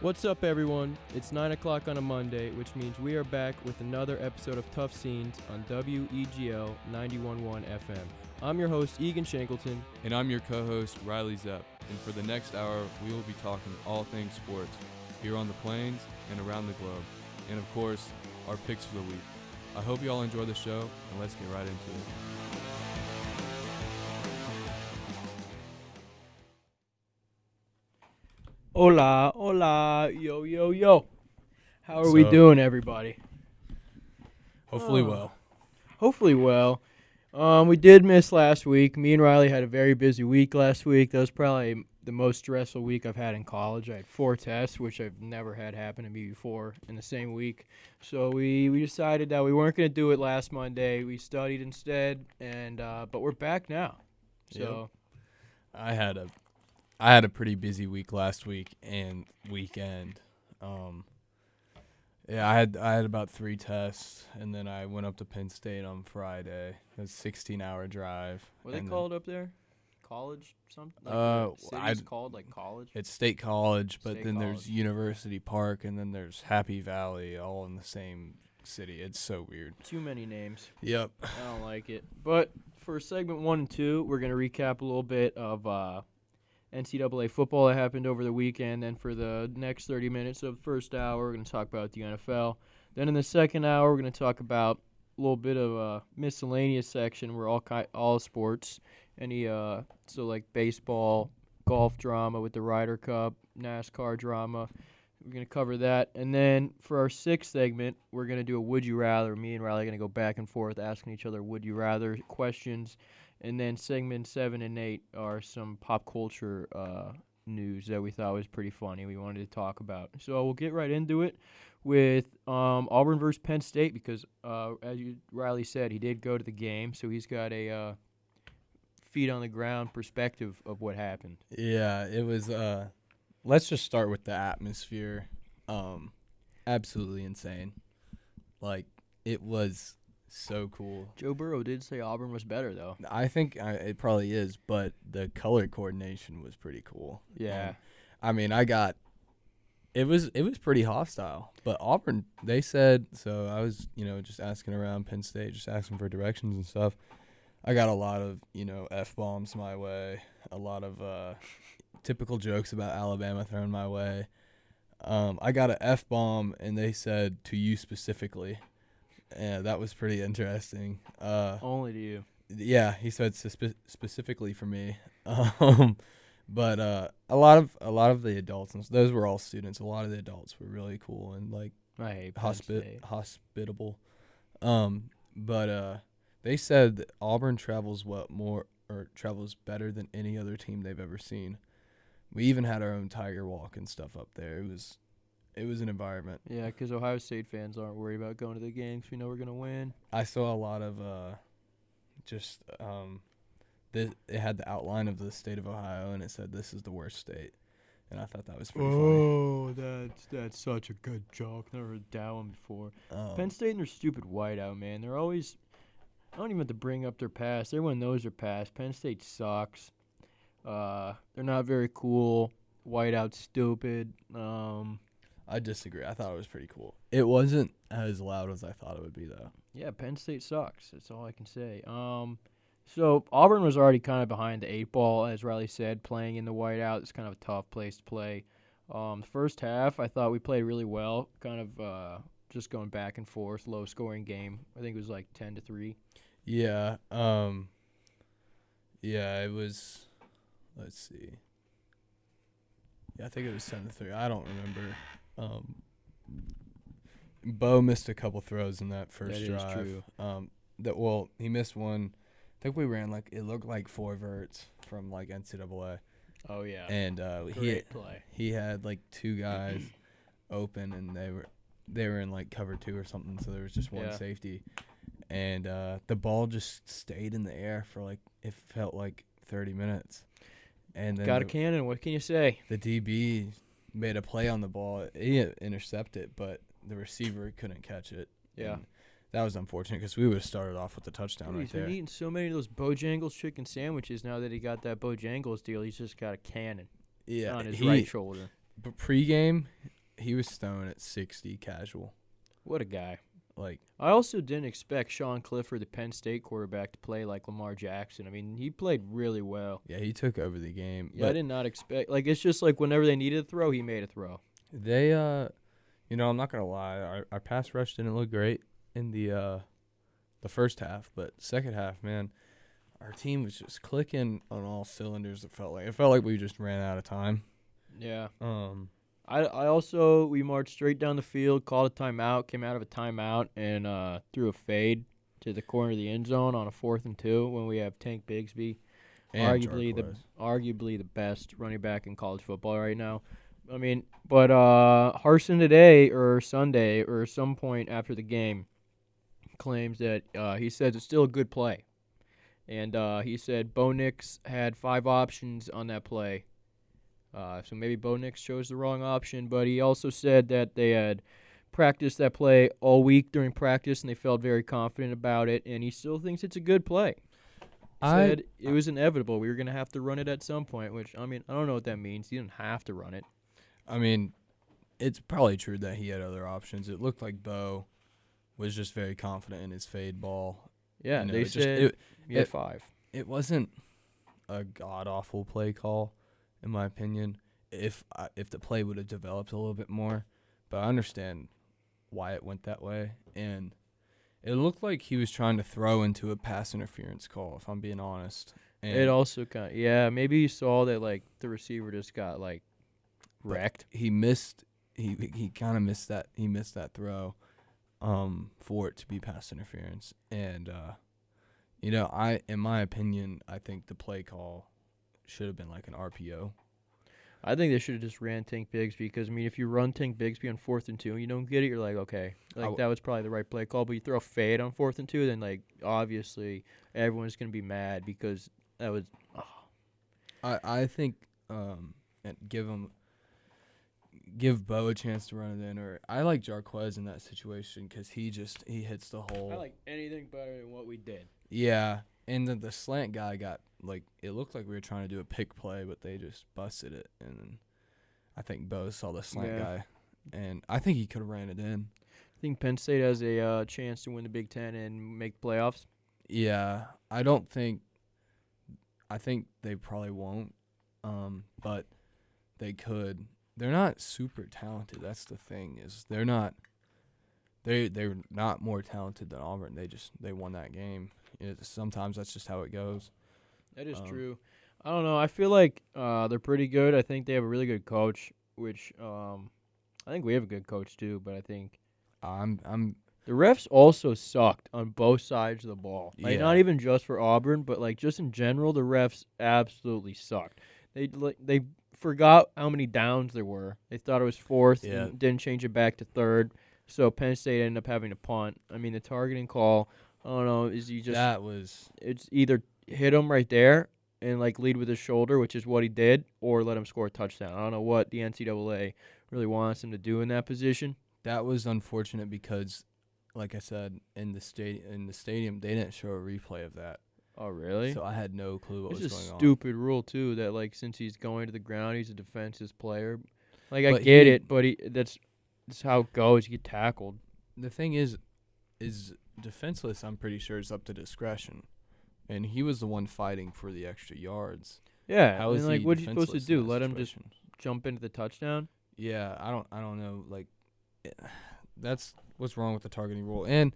What's up, everyone? It's 9 o'clock on a Monday, which means we are back with another episode of Tough Scenes on E WEGL 91.1 FM. I'm your host, Egan Shankleton. And I'm your co host, Riley Zepp. And for the next hour, we will be talking all things sports here on the plains and around the globe. And of course, our picks for the week. I hope you all enjoy the show, and let's get right into it. Hola, hola, yo, yo, yo. How are What's we up? doing, everybody? Hopefully, Oh. well. Hopefully, well. Um, we did miss last week. Me and Riley had a very busy week last week. That was probably the most stressful week I've had in college. I had four tests, which I've never had happen to me before in the same week. So we, we decided that we weren't going to do it last Monday. We studied instead, and uh, but we're back now. So I had a I had a pretty busy week last week and weekend. Um yeah, I had I had about 3 tests and then I went up to Penn State on Friday. It was a 16-hour drive. what are they and then- called up there? College something? Like Uh, the I'd- city's called like college. It's State College, but State then College. there's University Park and then there's Happy Valley all in the same city. It's so weird. Too many names. Yep. I don't like it. But for segment one and two, we're gonna recap a little bit of uh, NCAA football that happened over the weekend. Then for the next thirty minutes of the first hour, we're gonna talk about the NFL. Then in the second hour, we're gonna talk about a little bit of a miscellaneous section where all ki- all sports, any uh, so like baseball, golf drama with the Ryder Cup, NASCAR drama. We're gonna cover that, and then for our sixth segment, we're gonna do a "Would you rather." Me and Riley are gonna go back and forth asking each other "Would you rather" questions, and then segment seven and eight are some pop culture uh, news that we thought was pretty funny. We wanted to talk about, so we'll get right into it with um, Auburn versus Penn State because, uh, as you, Riley said, he did go to the game, so he's got a uh, feet on the ground perspective of what happened. Yeah, it was uh let's just start with the atmosphere. Um absolutely insane. Like it was so cool. Joe Burrow did say Auburn was better though. I think I, it probably is, but the color coordination was pretty cool. Yeah. Um, I mean, I got it was it was pretty hostile, but Auburn they said so. I was you know just asking around Penn State, just asking for directions and stuff. I got a lot of you know f bombs my way, a lot of uh, typical jokes about Alabama thrown my way. Um, I got an f bomb, and they said to you specifically. Yeah, that was pretty interesting. Uh, Only to you. yeah, he said suspe- specifically for me. Um, but uh, a lot of a lot of the adults, and those were all students. A lot of the adults were really cool and like I hate Penn State. hospi- hospitable. Um, but uh, they said that Auburn travels what more or travels better than any other team they've ever seen. We even had our own tiger walk and stuff up there. It was it was an environment. Yeah, because Ohio State fans aren't worried about going to the games. We know we're gonna win. I saw a lot of uh, just um, this, it had the outline of the state of Ohio, and it said this is the worst state, and I thought that was pretty Oh, that's that's such a good joke. Never heard that one before. funny. Um, Penn State and their stupid whiteout, man. They're always. I don't even have to bring up their past. Everyone knows their past. Penn State sucks. Uh, they're not very cool. Whiteout stupid. Um, I disagree. I thought it was pretty cool. It wasn't as loud as I thought it would be, though. Yeah, Penn State sucks. That's all I can say. Um, so Auburn was already kind of behind the eight ball, as Riley said, playing in the whiteout. It's kind of a tough place to play. Um, the first half, I thought we played really well, kind of uh, just going back and forth, low scoring game. I think it was like ten to three. Yeah. Um, yeah, it was. Let's see. Yeah, I think it was ten to three. I don't remember. Um, Bo missed a couple throws in that first is drive. true. Um, that well, he missed one. I think we ran like it looked like four verts from like NCAA, Oh yeah, and uh, he great play. he had like two guys open and they were they were in like cover two or something so there was just one Yeah. safety and uh the ball just stayed in the air for like it felt like 30 minutes and then Got a the, cannon. What can you say? the db made a play on the ball he intercepted it but the receiver couldn't catch it Yeah. and that was unfortunate because we would have started off with the touchdown Dude, right he's been there eating so many of those Bojangles chicken sandwiches now that he got that Bojangles deal. He's just got a cannon yeah on his he, right shoulder. b- pregame, he was stone at 60 casual. What a guy. Like I also didn't expect Sean Clifford, the Penn State quarterback, to play like Lamar Jackson. I mean, he played really well. yeah, he took over the game. Yeah, I but did not expect. Like, it's just like whenever they needed a throw, he made a throw. they uh you know, I'm not going to lie. Our, our pass rush didn't look great in the uh the first half, but second half, man, our team was just clicking on all cylinders. It felt like it felt like we just ran out of time. Yeah. Um I, I also we marched straight down the field, called a timeout, came out of a timeout, and uh, threw a fade to the corner of the end zone on a fourth and two when we have Tank Bigsby, and arguably the Jarquez. arguably the best running back in college football right now. I mean, but uh, Harson today or Sunday or some point after the game claims that uh, he says it's still a good play, and uh, he said Bo Nix had five options on that play. Uh, so maybe Bo Nix chose the wrong option, but he also said that they had practiced that play all week during practice and they felt very confident about it, and he still thinks it's a good play. He I- said it was inevitable. We were going to have to run it at some point, which, I mean, I don't know what that means. You didn't have to run it. I mean, it's probably true that he had other options. It looked like Bo was just very confident in his fade ball. Yeah, You know, they it just, said it, you had it- five. it wasn't a god awful play call, in my opinion. If I, if the play would have developed a little bit more, but I understand why it went that way, and it looked like he was trying to throw into a pass interference call. If I'm being honest, and It also kind of, yeah, maybe you saw that, like, the receiver just got, like, wrecked. he missed he he kind of missed that he missed that throw um for it to be pass interference and uh you know i in my opinion i think the play call should have been like an rpo I think they should have just ran Tank Bigsby because I mean, if you run Tank Bigsby on fourth and two and you don't get it, you're like, okay, like w- that was probably the right play call. But you throw a fade on fourth and two, then like obviously everyone's gonna be mad because that was i i think um and give him give bo a chance to run it in or i like jarquez in that situation because he just he hits the hole anything better than what we did. yeah and then the slant guy got like it looked like we were trying to do a pick play but they just busted it and then i think bo saw the slant Yeah. guy and i think he could have ran it in I think Penn State has a uh, chance to win the Big Ten and make the playoffs. yeah i don't think i think they probably won't um but they could they're not super talented that's the thing is they're not they they're not more talented than auburn they just they won that game It- sometimes that's just how it goes That is Um, true. I don't know. I feel like uh, they're pretty good. I think they have a really good coach, which um, I think we have a good coach too. But I think i'm i'm The refs also sucked on both sides of the ball. Like Yeah. not even just for Auburn, but like just in general, the refs absolutely sucked. They like they forgot how many downs there were. They thought it was fourth. Yeah. And didn't change it back to third. So Penn State ended up having to punt. I mean, the targeting call. I don't know. Is you just that was it's either hit him right there and like lead with his shoulder, which is what he did, or let him score a touchdown. I don't know what the NCAA really wants him to do in that position. that was unfortunate because like I said in the state in the stadium they didn't show a replay of that. Oh, really? So I had no clue what It's was a going stupid rule too that like since he's going to the ground, he's a defenseless player. Like I But get he- it, but he that's that's how it goes. You get tackled. on. The thing is is defenseless I'm pretty sure is up to discretion. And he was the one fighting for the extra yards. Yeah, How is and like he what are you supposed to defenseless in do? that Let him just situation? jump into the touchdown? Yeah, I don't I don't know like that's what's wrong with the targeting rule. And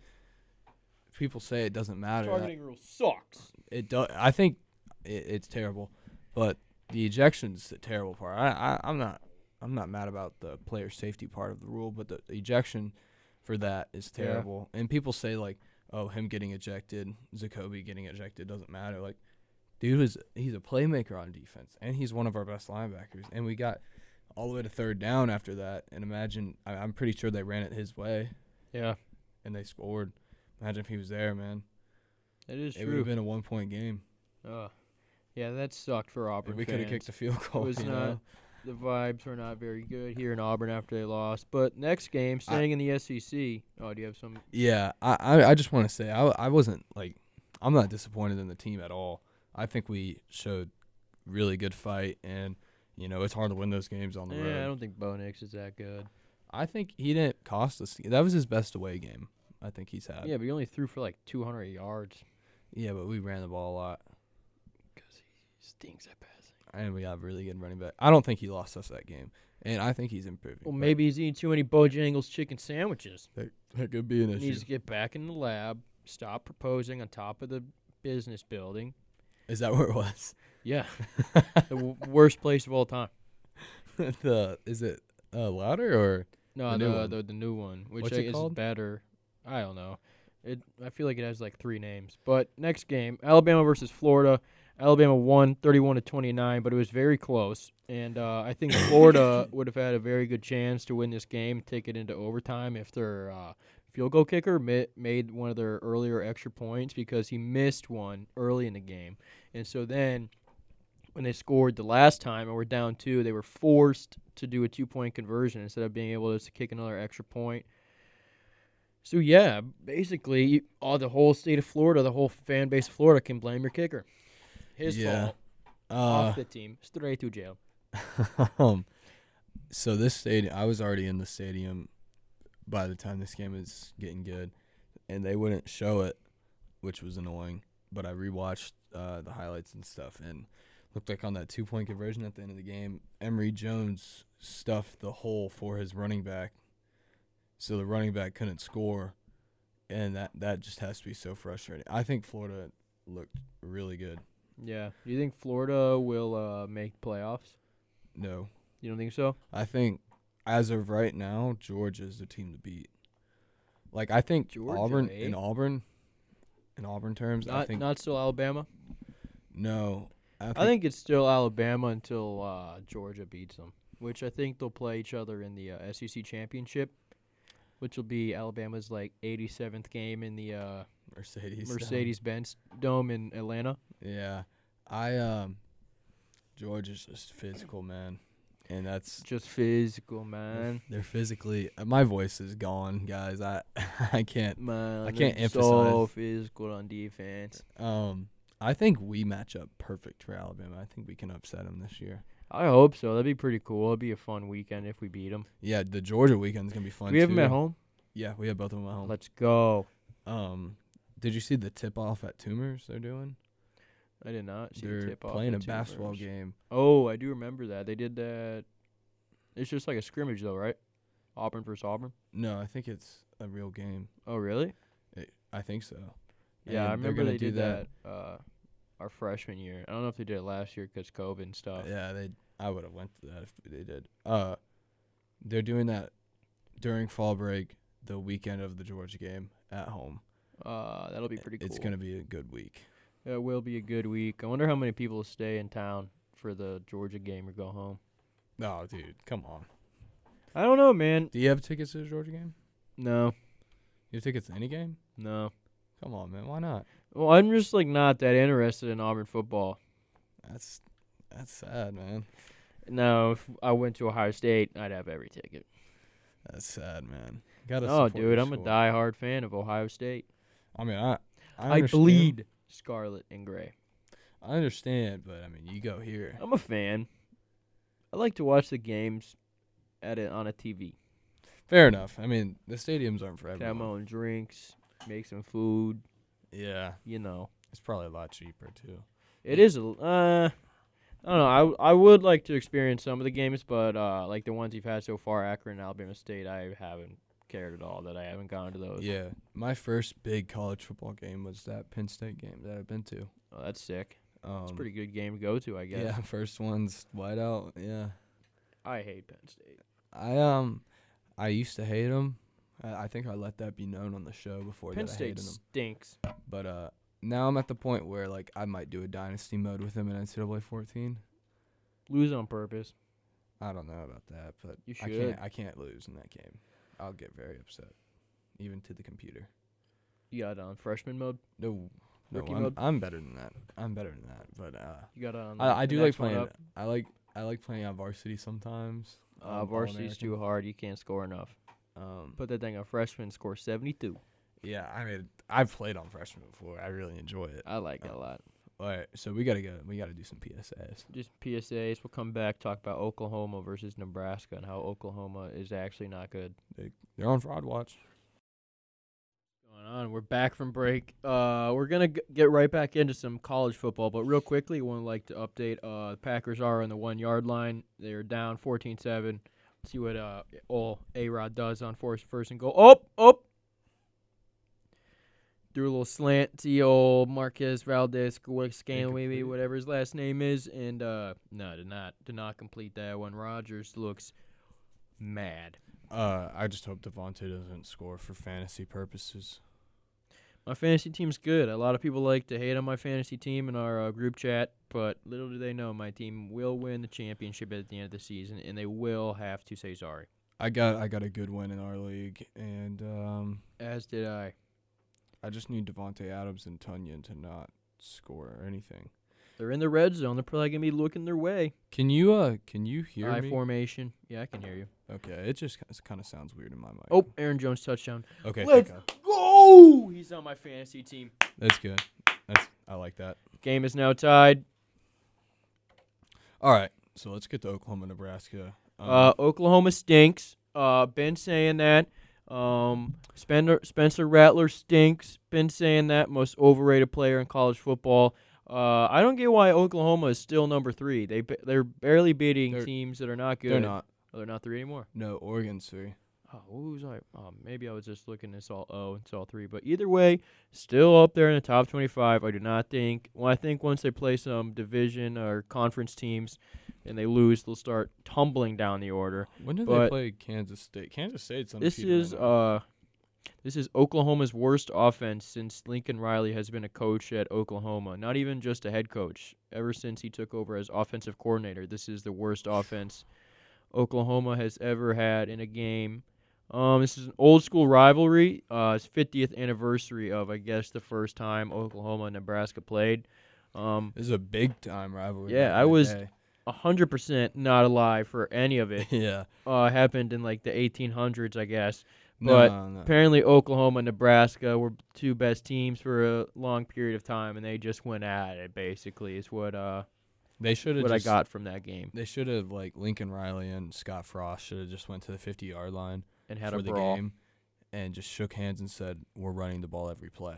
people say it doesn't matter. that- rule sucks. It does. I think it, it's terrible, but the ejection's the terrible part. I, I I'm not I'm not mad about the player safety part of the rule, but the, the ejection for that is Yeah. terrible. And people say like, oh, him getting ejected, Zacoby getting ejected doesn't matter. Like, dude is he's a playmaker on defense, and he's one of our best linebackers, and we got. All the way to third down after that, and imagine I, I'm pretty sure they ran it his way Yeah, and they scored. Imagine if he was there, man. that is It would true. have been a one point game. Ugh. yeah, that sucked for Auburn. we could fans. have kicked a field goal. was you not- know? The vibes were not very good here in Auburn after they lost. But next game, staying in the SEC. Oh, do you have some? Yeah, I I, I just want to say I I wasn't like I'm not disappointed in the team at all. I think we showed really good fight, and you know it's hard to win those games on the Yeah, Eh, I road. don't think Bo Nix is that good. I think he didn't cost us. That was his best away game. I think he's had. Yeah, but he only threw for like 200 yards Yeah, but we ran the ball a lot, because he stinks at passing. and we have a really good running back. I don't think he lost us that game, and I think he's improving. Well, but maybe he's eating too many Bojangles chicken sandwiches. that, that could be an He issue. needs to get back in the lab, stop proposing on top of the business building. Is that where it was? Yeah, the w- worst place of all time. the is it uh, louder or No, The new the uh, one. the, the, new one, which What's I- it is called? better. I don't know. It I feel like it has like three names. But next game, Alabama versus Florida. Alabama won 31 to 29, but it was very close. And uh, I think Florida would have had a very good chance to win this game, take it into overtime if their uh, field goal kicker ma- made one of their earlier extra points because he missed one early in the game. And so then when they scored the last time and were down two, they were forced to do a two point conversion instead of being able to kick another extra point. So yeah, basically, you- all the whole state of Florida, the whole fan base of Florida, can blame your kicker. His Yeah. fault. uh, Off the team, straight to jail. um, so this stadium, I was already in the stadium by the time this game is getting good, and they wouldn't show it, which was annoying. But I rewatched uh, the highlights and stuff, and looked like on that two point conversion at the end of the game, Emory Jones stuffed the hole for his running back, so the running back couldn't score, and that that just has to be so frustrating. I think Florida looked really good. Yeah. Do you think Florida will uh, make playoffs? No, You don't think so? I think as of right now, Georgia's the team to beat. Like I think Georgia, Auburn eh? in Auburn, in Auburn terms, Not I think not still Alabama. no. I think, I think it's still Alabama until uh, Georgia beats them, which I think they'll play each other in the uh, SEC championship, which will be Alabama's like 87th game in the uh, Mercedes. down. Mercedes-Benz Dome in Atlanta. Yeah, I um, Georgia's just physical, man, and that's Just physical, they're- man. they're physically. uh, My voice is gone, guys. I I can't. Man, I can't they're so emphasize. physical on defense. Um, I think we match up perfect for Alabama. I think we can upset them this year. I hope so. That'd be pretty cool. It'd be a fun weekend if we beat them. Yeah, the Georgia weekend's gonna be fun. we have them at too. home. Yeah, we have both of them at home. Let's go. Um, did you see the tip off at Tumors? They're doing. I did not see they're the tip off. playing a at two basketball first. game. Oh, I do remember that. They did that. It's just like a scrimmage, though, right? Auburn versus Auburn. No, I think it's a real game. Oh, really? It, I think so. Yeah, I And they're remember gonna they do did that, that. uh, our freshman year. I don't know if they did it last year because COVID and stuff. Yeah, they. I would have went to that if they did. Uh, they're doing that during fall break, the weekend of the Georgia game at home. Uh, that'll be pretty cool. It's gonna be a good week. It will be a good week. I wonder how many people stay in town for the Georgia game or go home. Oh, dude, come on. I don't know, man. Do you have tickets to the Georgia game? No, You have tickets to any game? no. Come on, man. Why not? Well, I'm just like not that interested in Auburn football. That's that's sad, man. No, if I went to Ohio State, I'd have every ticket. That's sad, man. Gotta. No, support Oh, dude, your I'm a school. diehard fan of Ohio State. I mean, I I, I understand- bleed scarlet and gray. I understand, but I mean, you go here. I'm a fan. I like to watch the games at a, on a TV. Fair enough. I mean, the stadiums aren't for Have my everyone. own drinks, make some food. Yeah, You know, it's probably a lot cheaper too. it is. A, l- uh, I don't know. I, w- I would like to experience some of the games, but uh, like the ones you've had so far, Akron, Alabama State, I haven't cared at all that I haven't gone to those. Yeah, my first big college football game was that Penn State game that I've been to. Oh, that's sick. Um, It's a pretty good game to go to, I guess. Yeah, first one's whiteout. Yeah, I hate Penn State. I um, I used to hate them. I, I think I let that be known on the show before Penn that I State hated them. stinks. But uh, now I'm at the point where like I might do a dynasty mode with them in NCAA 14. Lose on purpose. I don't know about that, but You I should. can't. I can't lose in that game. I'll get very upset, even to the computer. You got it on freshman mode. No, no, Rookie I'm, mode? I'm better than that. I'm better than that. But uh, You got it on. I, I the do like next one playing. up. I like I like playing on varsity sometimes. um, Uh, All varsity's too American. hard. You can't score enough. Um, but Put that thing on freshman, score 72. yeah, I mean, I've played on freshman before. I really enjoy it. I like that that a lot. All right, so we gotta go. We gotta do some PSAs. Just PSAs. We'll come back talk about Oklahoma versus Nebraska and how Oklahoma is actually not good. They're on fraud watch. Going on. We're back from break. Uh, we're gonna g- get right back into some college football, but real quickly, want to like to update. Uh, the Packers are on the one yard line. They're down 14-7. See what uh all A Rod does on first first and goal. Oh, oh. Do a little slant. See old Marquez Valdez Scantling, Incomplete. whatever his last name is, and uh, no, did not did not complete that one. Rogers looks mad. Uh, I just hope Devontae doesn't score for fantasy purposes. My fantasy team's good. A lot of people like to hate on my fantasy team in our uh, group chat, but little do they know my team will win the championship at the end of the season, and they will have to say sorry. I got I got a good win in our league, and um, As did I. I just need Devonte Adams and Tunyon to not score or anything. They're in the red zone. They're probably gonna be looking their way. Can you uh can you hear Eye me? formation. Yeah, I can hear you. okay, it just kind of sounds weird in my mic. Oh, Aaron Jones touchdown. okay, Let's thank God. go! He's on my fantasy team. that's good. That's I like that. Game is now tied. All right, so let's get to Oklahoma, Nebraska. Um, Uh, Oklahoma stinks. Uh, been saying that. Um, Spencer Spencer Rattler stinks. Been saying that. Most overrated player in college football. Uh, I don't get why Oklahoma is still number three. They ba- they're barely beating They're- teams that are not good. they're not. Oh, they're not three anymore. No, Oregon's three. Oh, who was I? Oh, maybe I was just looking. It's all oh, it's all three. But either way, still up there in the top twenty-five. I do not think. Well, I think once they play some division or conference teams, and they lose, they'll start tumbling down the order. When did But- they play Kansas State? Kansas State's on. This is uh, this is Oklahoma's worst offense since Lincoln Riley has been a coach at Oklahoma. Not even just a head coach. Ever since he took over as offensive coordinator, this is the worst offense Oklahoma has ever had in a game. Um, this is an old school rivalry. Uh, it's 50th anniversary of, I guess, the first time Oklahoma and Nebraska played. Um, this is a big time rivalry. Yeah, back I in the was- day. 100% not alive for any of it. yeah, Uh, happened in like the 1800s, I guess. no, But no, no. Apparently, Oklahoma and Nebraska were two best teams for a long period of time, and they just went at it. Basically, is what uh they should have. what I got from that game, They should have like Lincoln Riley and Scott Frost should have just went to the 50 yard line and had for a the brawl. game and just shook hands and said we're running the ball every play.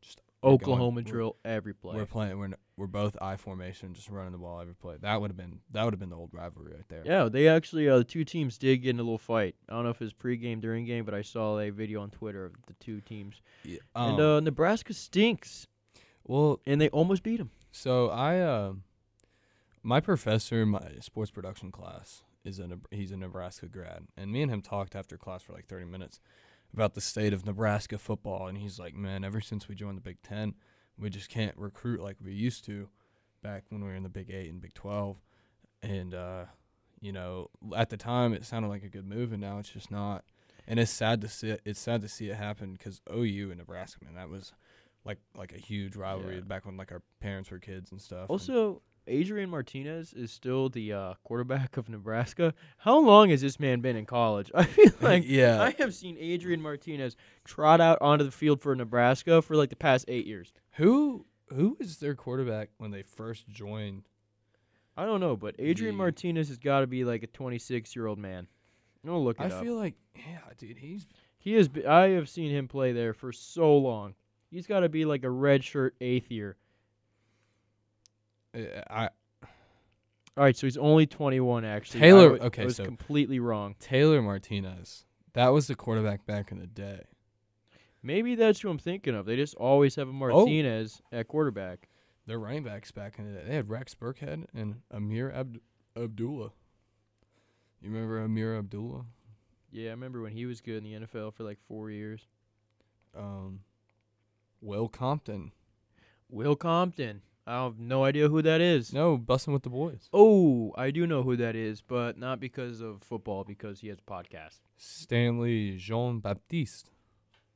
Just we're going- Oklahoma we're- drill every We're, play. playing. We're, n- we're both I formation, just running the ball every play. That would have been that would have been the old rivalry right there. Yeah, they actually uh, the two teams did get in a little fight. I don't know if it was pregame, during game, but I saw a video on Twitter of the two teams. Yeah. um, and Oh. uh, Nebraska stinks, well, and they almost beat them. So I, uh, my professor in my sports production class is a Neb- he's a Nebraska grad, and me and him talked after class for like thirty minutes about the state of Nebraska football, and he's like, "Man, ever since we joined the Big Ten, we just can't recruit like we used to back when we were in the Big Eight and Big Twelve, and uh, you know, at the time it sounded like a good move, and now it's just not." And it's sad to see it, it's sad to see it happen because OU and Nebraska, man, that was like like a huge rivalry Yeah. back when like our parents were kids and stuff. and- Also, Adrian Martinez is still the uh, quarterback of Nebraska. How long has this man been in college? I feel like yeah, I have seen Adrian Martinez trot out onto the field for Nebraska for like the past eight years. who who was their quarterback when they first joined? I don't know, but Adrian Gee. Martinez has got to be like a 26 year old man. I'm gonna look it I up. feel like yeah, dude, he's he is. b- I have seen him play there for so long. He's got to be like a redshirt eighth year. uh, I All right, so he's only 21 actually. I Taylor- wa- I okay, was so- completely wrong. Taylor Martinez. That was the quarterback back in the day. Maybe that's who I'm thinking of. They just always Oh. have a Martinez at quarterback. Their running backs back in the day. They had Rex Burkhead and Amir Abd- Abdullah. You remember Amir Abdullah? Yeah, I remember when he was good in the NFL for like four years. Um, Will Compton. Will Compton. I have no idea who that is. No, busting with the boys. Oh, I do know who that is, but not because of football, because he has a podcast. Stanley Jean Baptiste.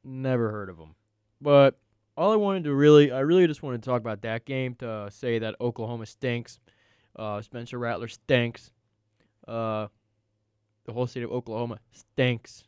Never heard of him. But all I wanted to really, I really just wanted to talk about that game to say that Oklahoma stinks. Uh, Spencer Rattler stinks. Uh, the whole state of Oklahoma stinks.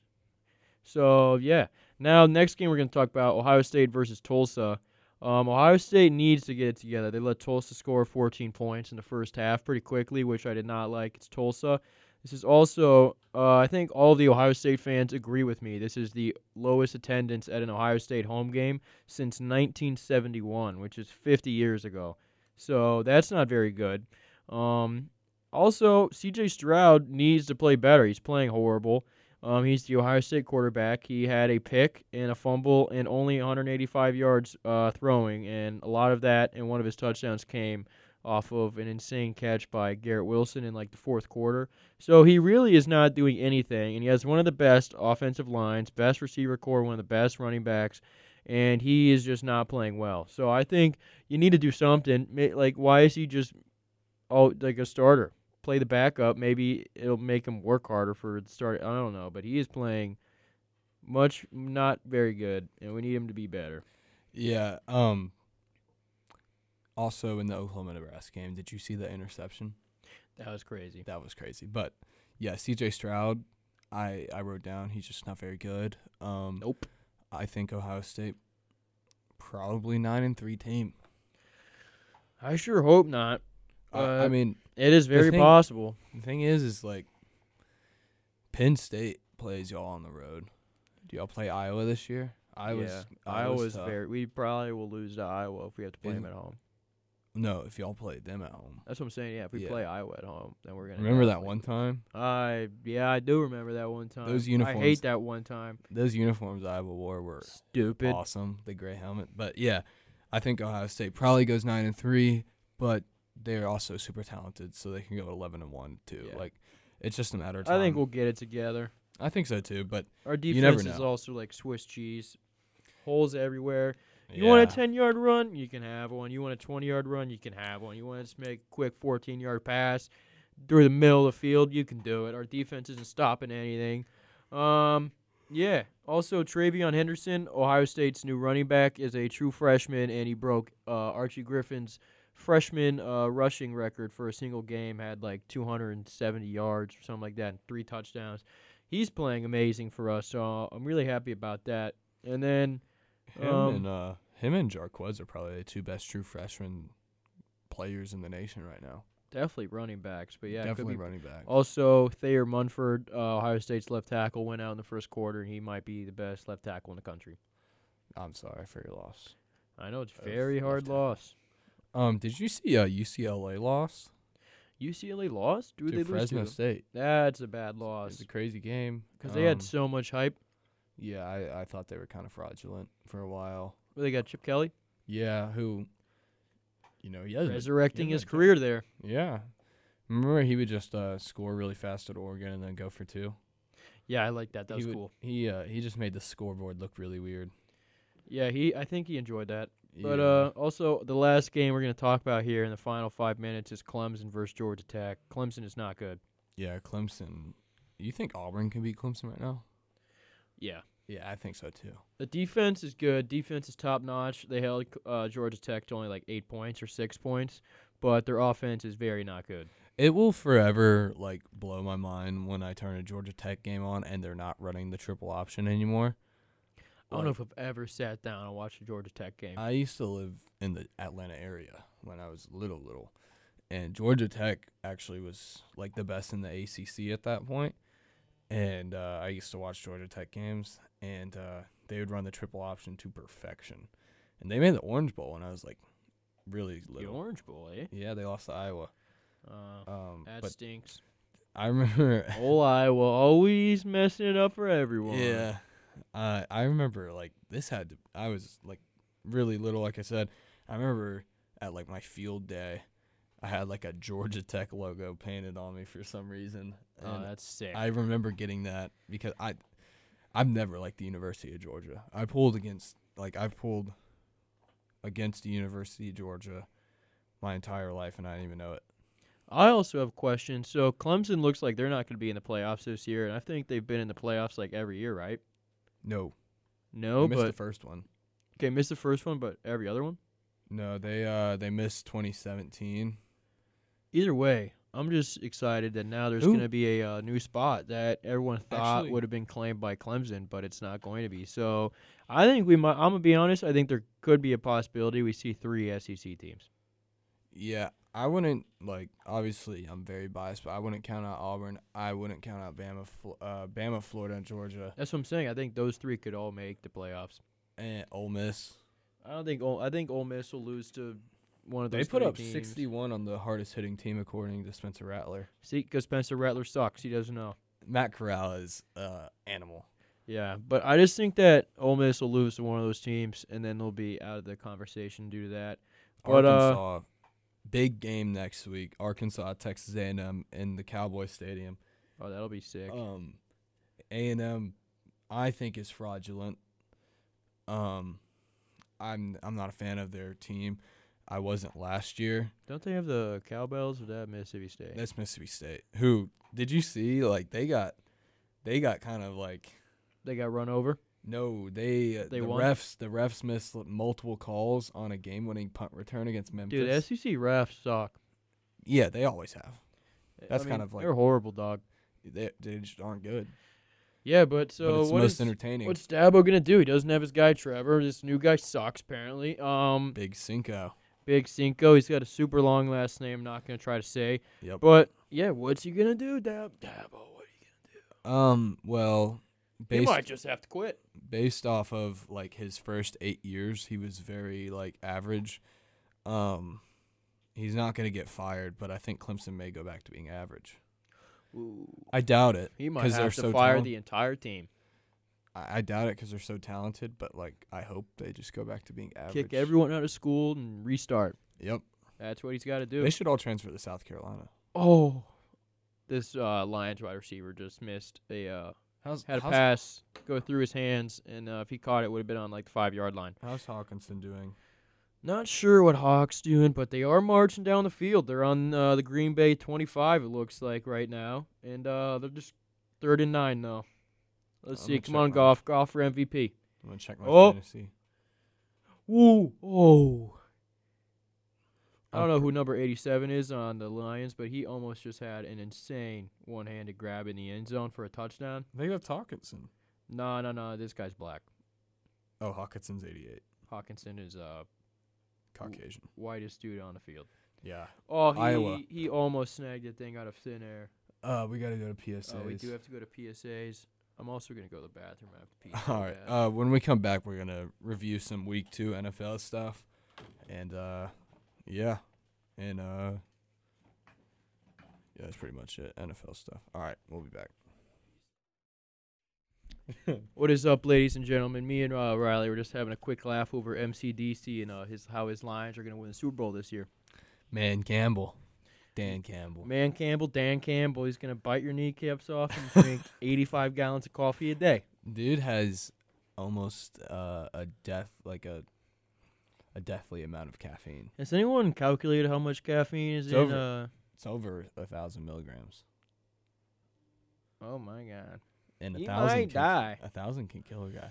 So, yeah. Now, next game we're going to talk about Ohio State versus Tulsa. Um, Ohio State needs to get it together. They let Tulsa score 14 points in the first half pretty quickly, which I did not like. It's Tulsa. This is also, uh, I think all the Ohio State fans agree with me. This is the lowest attendance at an Ohio State home game since 1971, which is 50 years ago. So that's not very good. Um, also, CJ Stroud needs to play better. He's playing horrible. Um, he's the Ohio State quarterback. He had a pick and a fumble and only 185 yards uh, throwing, and a lot of that and one of his touchdowns came off of an insane catch by Garrett Wilson in like the fourth quarter. So he really is not doing anything, and he has one of the best offensive lines, best receiver core, one of the best running backs, and he is just not playing well. So I think you need to do something. Ma- Like, why is he just oh like a starter? play the backup. Maybe it'll make him work harder for the start. I don't know, but he is playing much not very good, and we need him to be better. Yeah. Um. Also, in the Oklahoma Nebraska game, did you see the interception? That was crazy. That was crazy. But yeah, C.J. Stroud, I I wrote down he's just not very good. Um, Nope. I think Ohio State probably nine and three team. I sure hope not. I, I Uh, mean, It is very thing- possible. the thing is, is like Penn State plays y'all on the road. Do y'all play Iowa this year? Iowa's yeah. Iowa's Iowa's tough. very. We probably will lose to Iowa if we have to play In- them at home. no. If y'all play them at home, That's what I'm saying. Yeah, if we Yeah. play Iowa at home, then we're gonna remember that definitely- one time I yeah, I do remember that one time. Those I uniforms- hate that one time. those uniforms Iowa wore were Stupid. awesome. The gray helmet, but yeah, I think Ohio State probably goes nine and three, but they're also super talented, so they can go eleven and one too. Yeah. Like it's just a matter of I time. think we'll get it together. I think so too, but Our You never defense is know. also like Swiss cheese, holes everywhere. You want a yeah. ten yard run, you can have one. You want a twenty yard run, you can have one. You want to just make a quick fourteen yard pass through the middle of the field, you can do it. Our defense isn't stopping anything. Um, yeah. Also, Travion Henderson, Ohio State's new running back, is a true freshman, and he broke uh, Archie Griffin's freshman uh, rushing record for a single game. Had like 270 yards or something like that, and three touchdowns. He's playing amazing for us, so I'm really happy about that. And then Him Um, and uh, him and Jarquez are probably the two best true freshmen players in the nation right now. definitely running backs, but yeah, it could Definitely be- running back. Also, Thayer Munford, uh, Ohio State's left tackle, went out in the first quarter, and he might be the best left tackle in the country. I'm sorry for your loss. I know it's Both very left hard tackles. loss. Um, did you see a UCLA loss UCLA lost. Who to did they lose Fresno to? State? That's a bad It loss was a crazy game because they had Um, so much hype. yeah, I, I thought they were kind of fraudulent for a while. Well, they got Chip Kelly Yeah, who, you know, he hasn't. resurrecting his yeah. career there. yeah, remember he would just uh, score really fast at Oregon and then go for two. Yeah, I like that. That he was would- cool. He uh, he just made the scoreboard look really weird. Yeah, he. I think he enjoyed that. But Yeah. uh, also, the last game we're going to talk about here in the final five minutes is Clemson versus Georgia Tech. Clemson is not good. Yeah, Clemson. You think Auburn can beat Clemson right now? Yeah, Yeah, I think so too. The defense is good. Defense is top notch. They held uh, Georgia Tech to only like eight points or six points, but their offense is very not good. It will forever like blow my mind when I turn a Georgia Tech game on and they're not running the triple option anymore. I don't know Like, if I've ever sat down and watched a Georgia Tech game. I used to live in the Atlanta area when I was little little, and Georgia Tech actually was like the best in the ACC at that point. And uh, I used to watch Georgia Tech games, and uh, they would run the triple option to perfection. And they made the Orange Bowl, and I was like, really the little. Orange Bowl, eh? Yeah, they lost to Iowa. Uh, Um, that but stinks. I remember. Old Iowa always messing it up for everyone. yeah, uh, I remember like this had to. I was like really little, like I said. I remember at like my field day, I had like a Georgia Tech logo painted on me for some reason. Oh, and that's sick. I remember getting that because I, I'm never like the University of Georgia. I pulled against like I've pulled against the University of Georgia my entire life, and I didn't even know it. I also have questions. So Clemson looks like they're not going to be in the playoffs this year, and I think they've been in the playoffs like every year, right? No, I No, missed the but first one. okay, missed the first one, but every other one. No, they uh they missed 2017. Either way, I'm just excited that now there's Who- going to be a uh, new spot that everyone thought Actually- would have been claimed by Clemson, but it's not going to be. So I think we might. I'm gonna be honest. I think there could be a possibility we see three SEC teams. Yeah, I wouldn't like. Obviously, I'm very biased, but I wouldn't count out Auburn. I wouldn't count out Bama, Fl- uh, Bama, Florida, and Georgia, That's what I'm saying. I think those three could all make the playoffs. and Ole Miss. I don't think. Ole, I think Ole Miss will lose to one of They those. put three up teams. 61 on the hardest hitting team according to Spencer Rattler. See, because Spencer Rattler sucks. He doesn't know. Matt Corral is uh animal. Yeah, but I just think that Ole Miss will lose to one of those teams, and then they'll be out of the conversation due to that. But, uh, Arkansas, big game next week. Arkansas, Texas A&M in the Cowboy Stadium. Oh, that'll be sick. Um, A&M, I think is fraudulent. Um, I'm I'm not a fan of their team. I wasn't last year. Don't they have the cowbells? Or that Mississippi State? That's Mississippi State. Who did you see? Like they got, they got kind of like they got run over. no. They, uh, They the won? refs the refs missed multiple calls on a game winning punt return against Memphis. Dude, SEC refs suck. yeah, they always have. That's kind of like- they're horrible, dog. They, they just aren't good. Yeah, but so but it's what most is- entertaining. what's Dabo gonna do? He doesn't have his guy Trevor. This new guy sucks apparently. Um, Big Cinco. Big Cinco. He's got a super long last name. Not gonna try to say. Yep. But yeah, what's he gonna do, Dab Dabo? What are you Um. Well, gonna, he based might just have to quit. based off of like his first eight years, he was very like average. Um, he's not gonna get fired, but I think Clemson may go back to being average. I doubt it. He might 'cause have they're to so fire talent- the entire team. I, I doubt it because they're so talented. But like, I hope they just go back to being average. Kick everyone out of school and restart. Yep. That's what he's got to do. They should all transfer to South Carolina. Oh, this uh, Lions wide receiver just missed a uh, How's had a how's, pass go through his hands, and uh, if he caught it, would have been on like the five yard line. how's Hawkinson doing? Not sure what Hawks doing, but they are marching down the field. They're on uh, the Green Bay twenty five. It looks like right now, and uh, they're just third and nine though. Let's I'm see. gonna Come check on, my- golf, golf for MVP. I'm gonna check my Oh. fantasy. Woo! Oh. I don't I'm know who number 87 is on the Lions, but he almost just had an insane one-handed grab in the end zone for a touchdown. They got Hawkinson. No, no, no. This guy's black. Oh, Hawkinson's 88, Hawkinson is uh Caucasian. whitest dude on the field. Yeah. Oh, he Iowa. he almost snagged that thing out of thin air. Uh, we gotta go to PSA. Oh, we do have to go to PSAs. I'm also gonna go to the bathroom after PSA. All right. bad. Uh, when we come back, we're gonna review some Week Two NFL stuff, and uh, yeah, and uh, yeah, that's pretty much it. NFL stuff. All right, we'll be back. what is up, ladies and gentlemen? Me and uh, Riley were just having a quick laugh over MCDC and uh, his how his Lions are gonna win the Super Bowl this year. Man Campbell, Dan Campbell. Man Campbell, Dan Campbell, he's gonna bite your kneecaps off and drink 85 gallons of coffee a day. Dude has almost uh, a death like a a deathly amount of caffeine. Has anyone calculated how much caffeine is It's in? over. Uh, It's over a thousand milligrams, oh my God, and a he thousand might can, die. A thousand can kill a guy.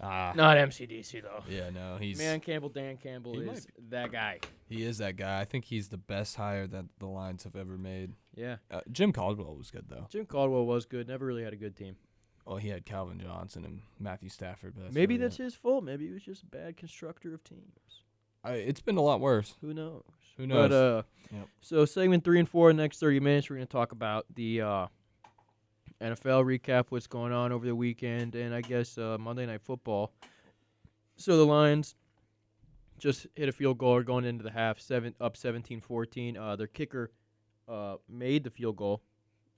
Ah, Not MCDC though. yeah, no, he's Man Campbell, Dan Campbell He might is that guy. He is that guy. I think he's the best hire that the Lions have ever made. Yeah. Uh, Jim Caldwell was good though. Jim Caldwell was good. Never really had a good team. Well, he had Calvin Johnson and Matthew Stafford. But that's Maybe really that's his fault. Maybe he was just a bad constructor of teams. it. I, it's been a lot worse. Who knows? Who knows? But uh, Yep. so segment three and four. Next thirty minutes, we're gonna talk about the uh, NFL recap, what's going on over the weekend, and I guess uh, Monday Night Football. So the Lions just hit a field goal going into the half, seven up 17-14. Uh, their kicker uh, made the field goal,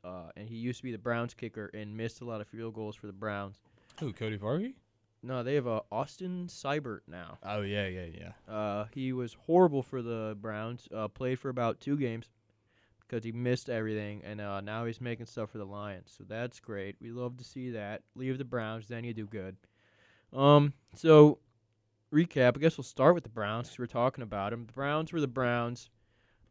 uh, and he used to be the Browns kicker and missed a lot of field goals for the Browns. Who? Cody Parkey? No, they have uh, Austin Seibert now. Oh yeah, yeah, yeah. Uh, he was horrible for the Browns. Uh, played for about two games because he missed everything, and uh, now he's making stuff for the Lions. So that's great. We love to see that. Leave the Browns, then you do good. Um, so recap. I guess we'll start with the Browns because we're talking about them. The Browns were the Browns.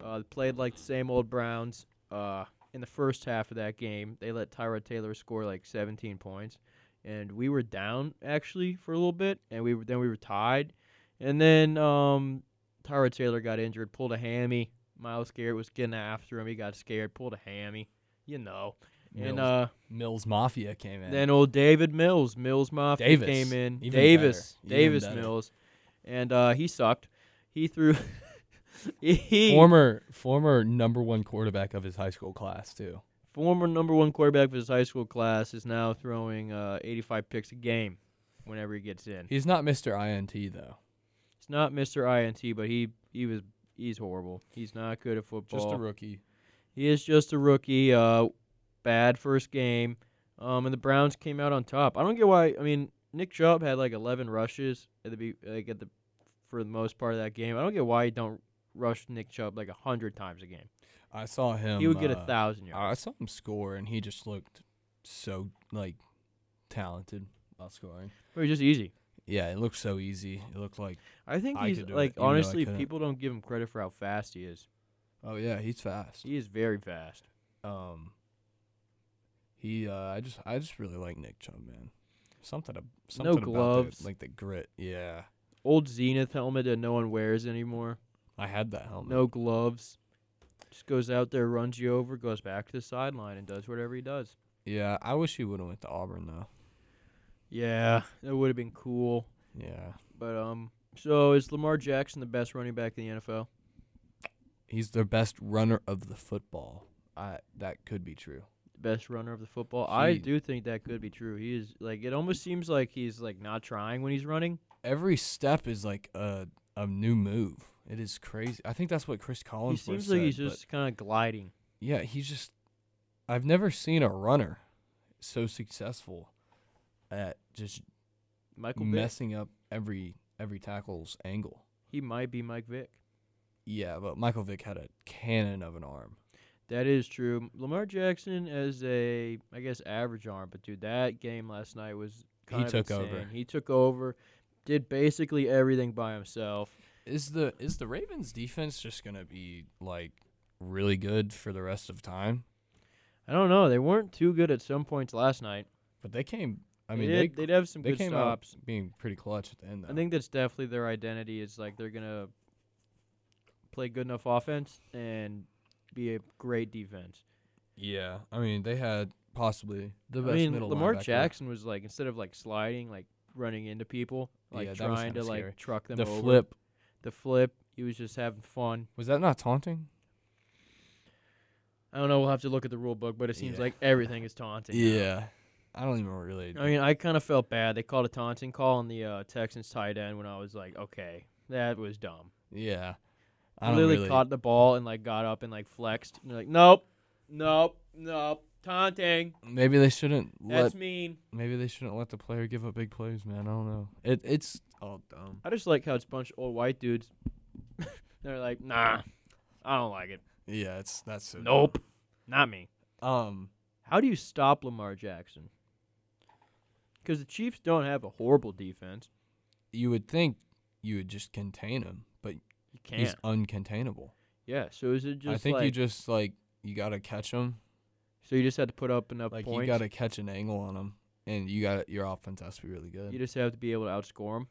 Uh, they played like the same old Browns. Uh, in the first half of that game, they let Tyrod Taylor score like 17 points, and we were down actually for a little bit, and we were, then we were tied. And then um, Tyrod Taylor got injured, pulled a hammy, Miles Garrett was getting after him. He got scared, pulled a hammy, you know. Mills. And uh, Mills Mafia came in. then old David Mills, Mills Mafia Davis. came in. Even Davis, better. Even Davis better. Mills, and uh, he sucked. He threw. he former former number one quarterback of his high school class too. former number one quarterback of his high school class is now throwing uh, 85 picks a game whenever he gets in. He's not Mr. INT though. It's not Mr. INT, but he he was he's horrible. He's not good at football. Just a rookie. he is just a rookie. Uh, bad first game. Um, and the Browns came out on top. I don't get why. I mean, Nick Chubb had like 11 rushes at the be- like at the for the most part of that game. I don't get why you don't rush Nick Chubb like hundred times a game. I saw him. he would get a uh, thousand yards. I saw him score, and he just looked so like talented about scoring. it was just easy. Yeah, it looked so easy. It looked like, I think I he's could do it, like even though I honestly, couldn't. people don't give him credit for how fast he is. oh yeah, he's fast. He is very fast. Um, he, uh, I just, I just really like Nick Chubb, man. Something, ab- something about the- gloves. like the grit. Yeah, Old Zenith helmet that no one wears anymore. I had that helmet. No gloves. Just goes out there, runs you over, goes back to the sideline, and does whatever he does. Yeah, I wish he would have went to Auburn though. Yeah, that would have been cool. Yeah, But um, so is Lamar Jackson the best running back in the NFL? he's their best runner of the football. I that could be true. The best runner of the football? I He- do think that could be true. He is like it almost seems like he's like not trying when he's running. Every step is like a a new move. It is crazy. I think that's what Chris he Collins. seems like he's just kind of gliding. yeah, he's just. I've never seen a runner so successful at just Michael Vick. messing up every every tackle's angle. He might be Mike Vick. Yeah, but Michael Vick had a cannon of an arm. That is true. Lamar Jackson as a, I guess, average arm, but dude, that game last night was kind He of took insane. over. He took over, did basically everything by himself. Is the is the Ravens defense just gonna be like really good for the rest of time? I don't know. They weren't too good at some points last night. But they came. I They mean, did, they would have some they good came stops. out being pretty clutch at the end. Though. I think that's definitely their identity. Is like they're gonna play good enough offense and be a great defense. Yeah, I mean, they had possibly the best I mean, middle Lamar linebacker. Jackson was like instead of like sliding, like running into people, like Yeah, that was trying kinda to scary. like truck them the over. flip the flip. He was just having fun. was that not taunting? I don't know. We'll have to look at the rule book, but it seems Yeah. like everything is taunting. now. Yeah, I don't even really. I mean, I kind of felt bad. They called a taunting call on the uh, Texans tight end when I was like, okay, that was dumb. yeah, I I don't literally really. caught the ball and like got up and like flexed. And they're like, nope, nope, nope, taunting. maybe they shouldn't let. That's mean. Maybe they shouldn't let the player give up big plays, man. I don't know. It it's all dumb. I just like how it's a bunch of old white dudes. they're like, nah, I don't like it. Yeah, it's that's so Nope, not me. dumb. Um, How do you stop Lamar Jackson? Because the Chiefs don't have a horrible defense. you would think you would just contain him, but You can't. he's uncontainable. Yeah. So is it just I think like you just like you gotta catch him so you just had to put up enough Like points? you got to catch an angle on them, and you got your offense has to be really good. You just have to be able to outscore them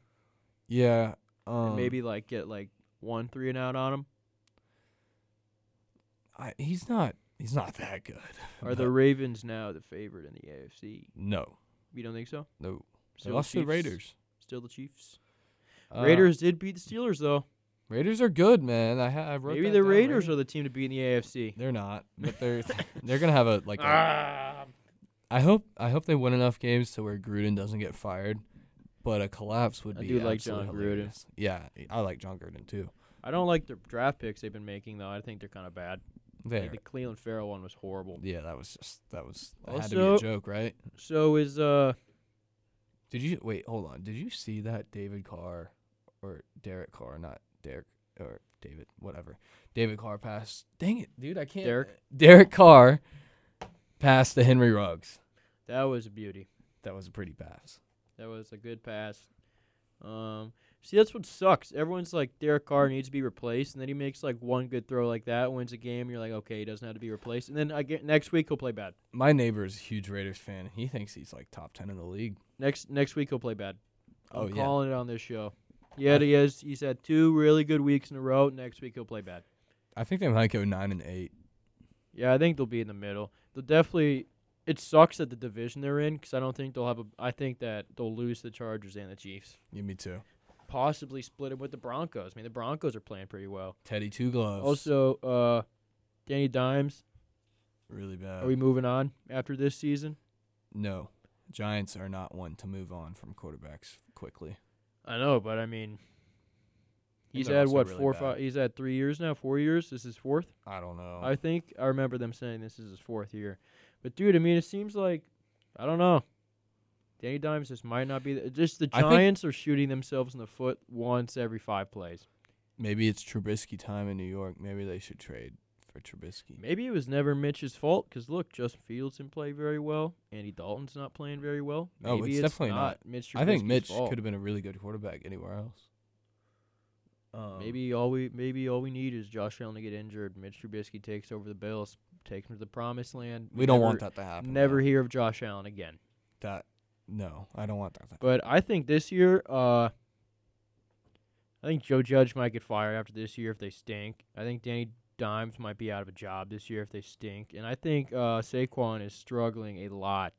yeah, um, and maybe like get like one three and out on them. I, he's not. He's not that good. Are the but Ravens now the favorite in the AFC? no, You don't think so? no? They Still lost to the Chiefs? Raiders. Still the Chiefs. Uh, Raiders did beat the Steelers though. Raiders are good, man. I, ha- I wrote Maybe that the down, Raiders are the team to beat in the AFC. They're not, but they're they're gonna have a like. um, A, Ah, I hope I hope they win enough games to where Gruden doesn't get fired. But a collapse would I be. do like absolutely John Gruden. hilarious. Yeah, I like John Gruden too. I don't like the draft picks they've been making though. I think they're kind of bad. There. Like the Cleveland Farrell one was horrible. yeah, that was just that was that had to be a Also- joke, right? So is uh Did you wait? Hold on. Did you see that David Carr or Derek Carr? Not Derek or David, whatever. David Carr passed. Dang it, dude! I can't. Derek? Derek Carr passed to Henry Ruggs. that was a beauty. That was a pretty pass. That was a good pass. Um, see, that's what sucks. Everyone's like, Derek Carr needs to be replaced, and then he makes like one good throw like that, wins a game. And you're like, okay, he doesn't have to be replaced. And then I get, next week he'll play bad. My neighbor is a huge Raiders fan. He thinks he's like top ten in the league. Next next week he'll play bad. I'm Oh, yeah. calling it on this show. Yeah, he has. He's had two really good weeks in a row. Next week he'll play bad. I think they might go nine and eight. Yeah, I think they'll be in the middle. They'll definitely. It sucks that the division they're in because I don't think they'll have a. I think that they'll lose the Chargers and the Chiefs. Yeah, me too. Possibly split it with the Broncos. I mean, the Broncos are playing pretty well. Teddy two gloves. Also, uh, Danny Dimes. really bad. Are we moving on after this season? no, Giants are not one to move on from quarterbacks quickly. I know, but I mean, And he's they're had also what really four, bad. five? He's had three years now. Four years. This is fourth. I don't know. I think I remember them saying this is his fourth year. But dude, I mean, it seems like I don't know. Danny Dimes just might not be the, just the I think- Giants are shooting themselves in the foot once every five plays. Maybe it's Trubisky time in New York. Maybe they should trade for Trubisky. Maybe it was never Mitch's fault because look, Justin Fields didn't play very well. Andy Dalton's not playing very well. No, Maybe it's definitely not, Mitch. I think Trubisky's Mitch fault. could have been a really good quarterback anywhere else. Um, Maybe all we maybe all we need is Josh Allen to get injured. Mitch Trubisky takes over the Bills, takes him to the promised land. we don't never- want that to happen. Never though. hear of Josh Allen again. that. No, I don't want that. To But I think this year, uh, I think Joe Judge might get fired after this year if they stink. I think Danny Dimes might be out of a job this year if they stink. And I think uh, Saquon is struggling a lot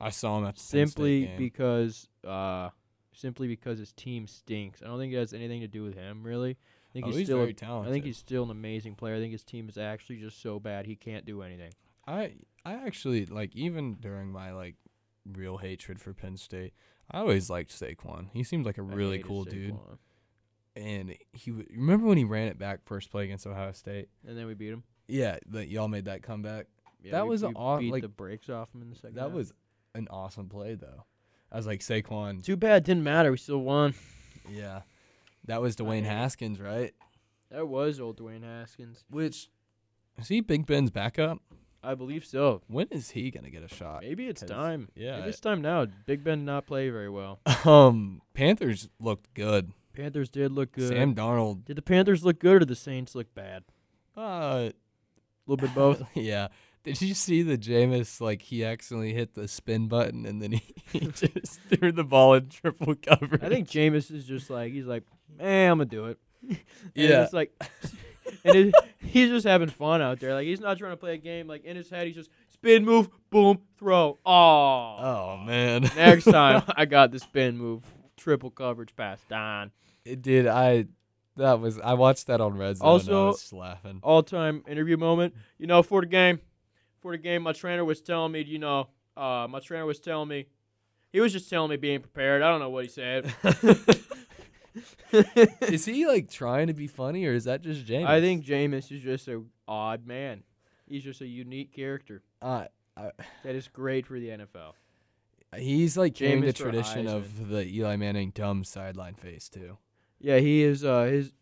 I saw him at the Penn State simply game. because uh, simply because his team stinks. I don't think it has anything to do with him really. I think Oh, he's, he's still a- very I talented. think he's still an amazing player. I think his team is actually just so bad he can't do anything. I I actually like even during my like real hatred for Penn State, I always liked Saquon. He seemed like a I really hated cool dude. Saquon. And he w- remember when he ran it back first play against Ohio State? And then we beat him. Yeah, that y'all made that comeback. Yeah, That we- was a we aw- beat like- the brakes off him in the second. That half. was an awesome play though. I was like Saquon. Too bad, didn't matter. We still won. Yeah. That was hate Dwayne it. Haskins, right? That was old Dwayne Haskins. Which is he Big Ben's backup? I believe so. When is he gonna get a shot? Maybe it's 'Cause- time. yeah, Maybe it's time now. Big Ben did not play very well. Um, Panthers looked good. Panthers did look good. Sam Darnold. Did the Panthers look good or did the Saints look bad? Uh, A little bit both. yeah. Did you see the Jameis like he accidentally hit the spin button and then he, he just threw the ball in triple coverage? I think Jameis is just like he's like, eh, I'm gonna do it. And Yeah. It's like, and it, he's just having fun out there. Like he's not trying to play a game. Like in his head, he's just spin move, boom, throw. Oh. Oh man. Next time, I got the spin move, triple coverage pass, done. It did I that was I watched that on Red Zone and I Also- was just laughing. all time interview moment. You know, for the game, for the game, my trainer was telling me, you know, uh, my trainer was telling me, he was just telling me being prepared. I don't know what he said. is he like trying to be funny or is that just Jameis? I think Jameis is just a odd man. He's just a unique character uh, that is great for the NFL. he's like carrying the Jameis or tradition Heisman? of the Eli Manning dumb sideline face too. Yeah, he is. Uh, his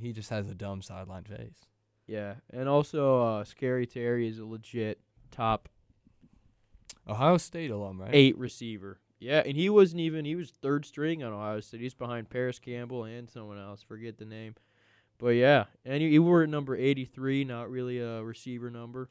He just has a dumb sideline face. yeah, and also uh, Scary Terry is a legit top Ohio State alum, right? eight receiver. Yeah, and he wasn't even he was third string on Ohio State. He's behind Paris Campbell and someone else. Forget the name. But yeah, and you, you were at number eighty three, not really a receiver number.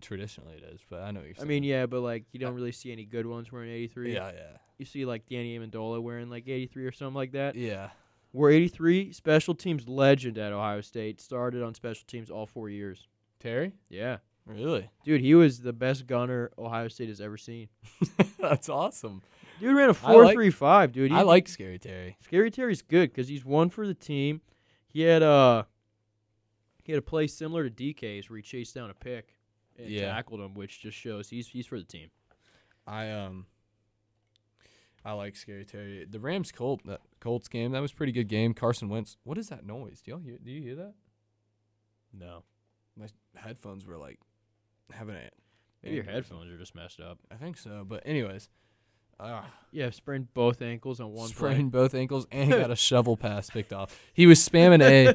Traditionally it is, but I know what you're I saying. mean, yeah, but like you don't really see any good ones wearing eighty three. yeah, yeah. You see like Danny Amendola wearing like eighty three or something like that. Yeah. We're eighty three, special teams legend at Ohio State. Started on special teams all four years. Terry? Yeah. Really? Dude, he was the best gunner Ohio State has ever seen. That's awesome. Dude ran a I like- four three five, dude. He I like Scary Terry. Scary Terry's good because he's one for the team. He had uh he had a play similar to DK's where he chased down a pick and Yeah. tackled him, which just shows he's he's for the team. I um I like Scary Terry. The Rams Colt that Colts game, that was a pretty good game. Carson Wentz. What is that noise? Do y'all hear do you hear that? No, My headphones were like having a maybe your Yeah. headphones are just messed up. I think so, but anyways. Uh, Yeah, sprained both ankles on one play. sprained both ankles and got a shovel pass picked off. He was spamming a.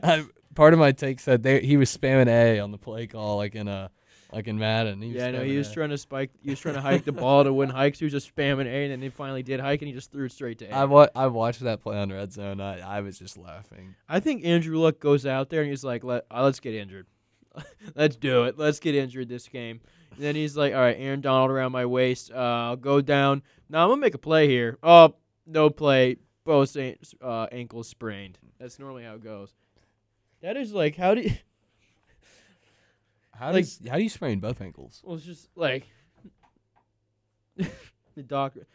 I- part of my take said there he was spamming a on the play call like in a like in Madden. He was Yeah, I know. He spamming was A. trying to spike. He was trying to hike the ball to win hikes. He was just spamming A, and then he finally did hike, and he just threw it straight to A. I wa- I watched that play on Red Zone. I, I was just laughing. I think Andrew Luck goes out there and he's like, Let, uh, let's get injured. let's do it. Let's get injured this game. And then he's like, all right, Aaron Donald around my waist. Uh, I'll go down. Now I'm going to make a play here. Oh, no play. Both an- uh, ankles sprained. That's normally how it goes. That is like how do you How Like- does how do you sprain both ankles? well it's just like the doctor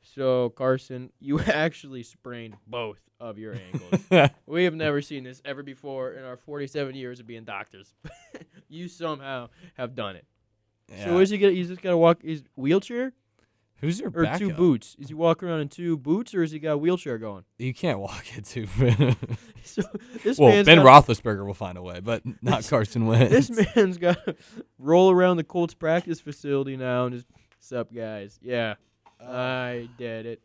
so Carson, you actually sprained both of your ankles. we have never seen this ever before in our 47 years of being doctors. you somehow have done it. So Yeah. what is he gonna? He's just gotta walk his wheelchair Who's your or backup? two boots? Is he walking around in two boots or has he got a wheelchair going? You can't walk it too. So this well, man's Ben got, Roethlisberger will find a way, but not This- Carson Wentz. This man's got to roll around the Colts practice facility now and just, sup guys? Yeah, Uh, I did it.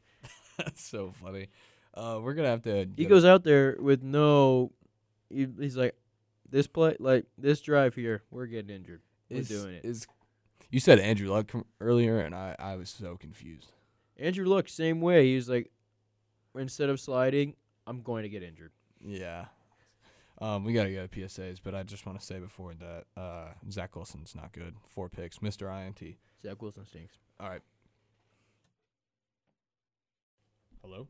That's so funny. Uh, we're gonna have to. He get goes out there with no. He, he's like, this play, like this drive here, we're getting injured. a, We're is- doing it. is- you said Andrew Luck com- earlier, and I, I was so confused. Andrew Luck, same way. He's like, instead of sliding, I'm going to get injured. Yeah. Um, we gotta go to PSAs, but I just want to say before that uh, Zach Wilson's not good. Four picks, Mister INT. Zach Wilson stinks. All right. Hello.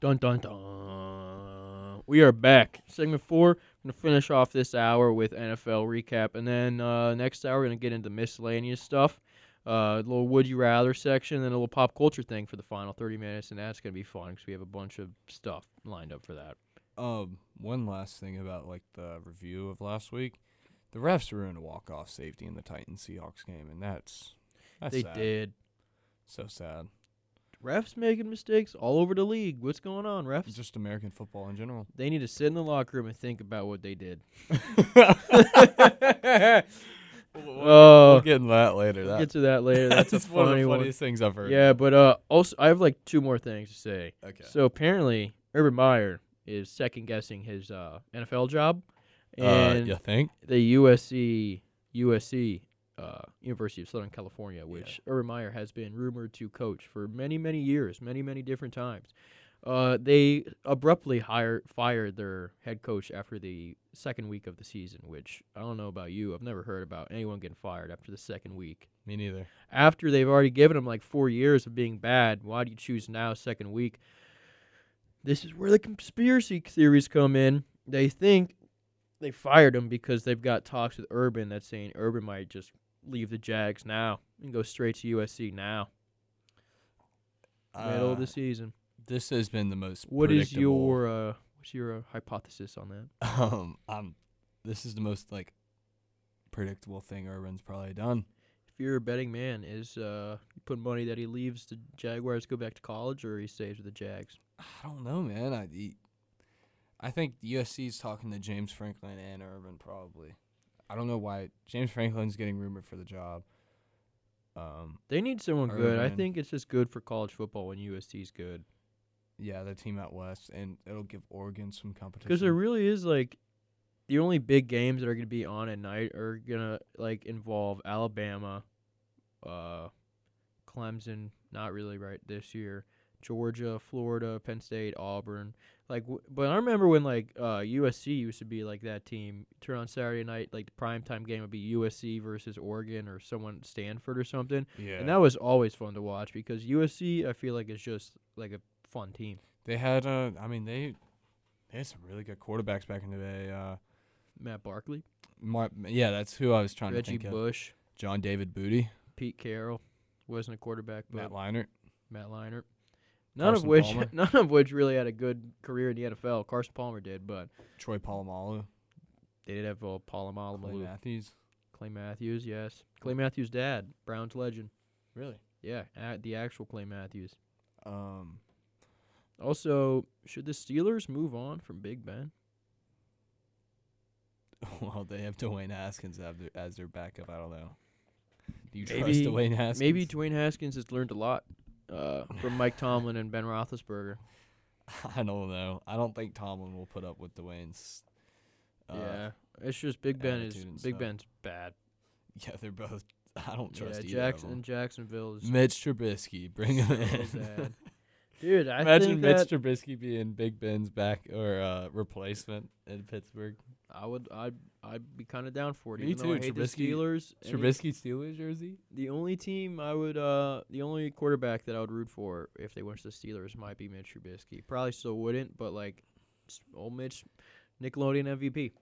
Dun dun dun. We are back. Segment four. I'm gonna finish off this hour with NFL recap, and then uh, next hour we're gonna get into miscellaneous stuff, uh, a little would you rather section, and a little pop culture thing for the final 30 minutes, and that's gonna be fun because we have a bunch of stuff lined up for that. Um, one last thing about like the review of last week. The refs ruined a walk off safety in the Titans Seahawks game, and that's that's they sad. did. so sad. Refs making mistakes all over the league. What's going on, refs? Just American football in general. they need to sit in the locker room and think about what they did. We're Oh, getting that later. we'll That, get to that later. That's a that's one of funny the one. funniest things I've heard. Yeah, but uh, also I have like two more things to say. Okay. So apparently, Urban Meyer is second guessing his uh, NFL job, uh, and you think? the USC USC uh, University of Southern California, which Urban Meyer has been rumored to coach for many many years, many many different times. Uh, they abruptly hire fired their head coach after the second week of the season, which I don't know about you. I've never heard about anyone getting fired after the second week Me neither. after they've already given him like four years of being bad. Why do you choose now, second week? This is where the conspiracy theories come in. They think they fired him because they've got talks with Urban that's saying Urban might just leave the Jags now and go straight to USC now, middle of Uh, the season. this has been the most. What is predictable- your uh, what's your uh, hypothesis on that? Um, I'm. This is the most like predictable thing Urban's probably done. If you're a betting man, is uh, you put money that he leaves the Jaguars, go back to college, or he stays with the Jags? I don't know, man. I he- I think USC's talking to James Franklin and Urban probably. I don't know why James Franklin's getting rumored for the job. Um, They need someone good. I Urban. think it's just good for college football when USC's good. yeah, the team out west, and it'll give Oregon some competition. Because there really is like the only big games that are going to be on at night are going to like involve Alabama, uh, Clemson, not really right this year, Georgia, Florida, Penn State, Auburn. Like, w- but I remember when like uh, USC used to be like that team. Turn on Saturday night, like the prime time game would be USC versus Oregon or someone Stanford or something, yeah, and that was always fun to watch because USC I feel like is just like a fun team. they had. Uh, I mean, they they had some really good quarterbacks back in the day. Uh, Matt Barkley, Mar- yeah, that's who I was trying Reggie to think of. Bush. John David Booty, Pete Carroll wasn't a quarterback, but Matt Matt, Leinart. Leinart. None Carson of which, Palmer. none of which really had a good career in the NFL. Carson Palmer did, but Troy Polamalu, they did have uh, Clay Palomalo, Matthews. Clay Matthews, yes, Clay Matthews' dad, Browns legend, Really? yeah, a- the actual Clay Matthews. Um, Also, should the Steelers move on from Big Ben? Well, they have Dwayne Haskins as their, as their backup. I don't know. Do you trust Maybe- Dwayne Haskins? Maybe Dwayne Haskins has learned a lot uh, from Mike Tomlin and Ben Roethlisberger. I don't know. I don't think Tomlin will put up with Dwayne's. Uh, yeah, it's just Big Ben is attitude and Big stuff. Ben's bad. Yeah, they're both. I don't trust yeah, either Jackson of them. Jacksonville is Mitch Trubisky, bring him so in. bad. Dude, I think Imagine Mitch that Trubisky being Big Ben's back or uh, replacement in Pittsburgh. I would I'd I'd be kind of down for it. Me even though I too, hate the Trubisky- Steelers. and it- Trubisky Steelers jersey. The only team I would uh the only quarterback that I would root for if they went to the Steelers might be Mitch Trubisky. Probably still wouldn't, but like s- old Mitch, Nickelodeon MVP.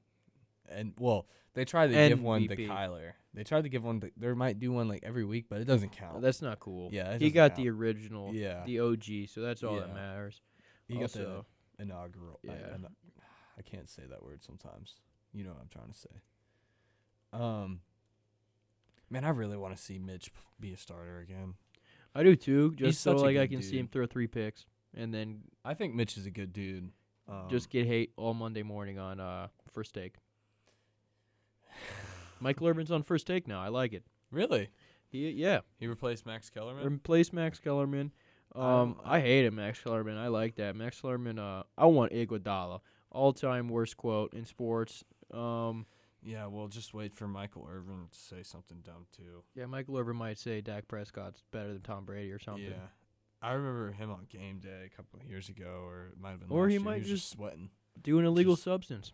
and well, they tried to give one to MVP. Kyler. They tried to give one. To, they might do one like every week, but it doesn't count. That's not cool. Yeah, it he doesn't got count. the original, yeah, the OG, so that's all Yeah. that matters. he got the also- inaugural. I- Yeah. ina- I can't say that word sometimes. You know what I'm trying to say. Um, man, I really want to see Mitch p- be a starter again. I do too, just so such a like I good can see him dude. throw three picks and then I think Mitch is a good dude. Um, just get hate all Monday morning on uh first take. Michael Irvin's on first take now. I like it. really, He yeah, he replaced Max Kellerman. replace Max Kellerman. Um, don't- I hated Max Kellerman. I like that Max Kellerman. Uh, I want Iguodala, all time worst quote in sports. Um, Yeah, well, just wait for Michael Irvin to say something dumb too. yeah, Michael Irvin might say Dak Prescott's better than Tom Brady or something. Yeah, I remember him on game day a couple of years ago, or it might have been. Or last he year. might was just- sweating. Do an illegal Just- substance.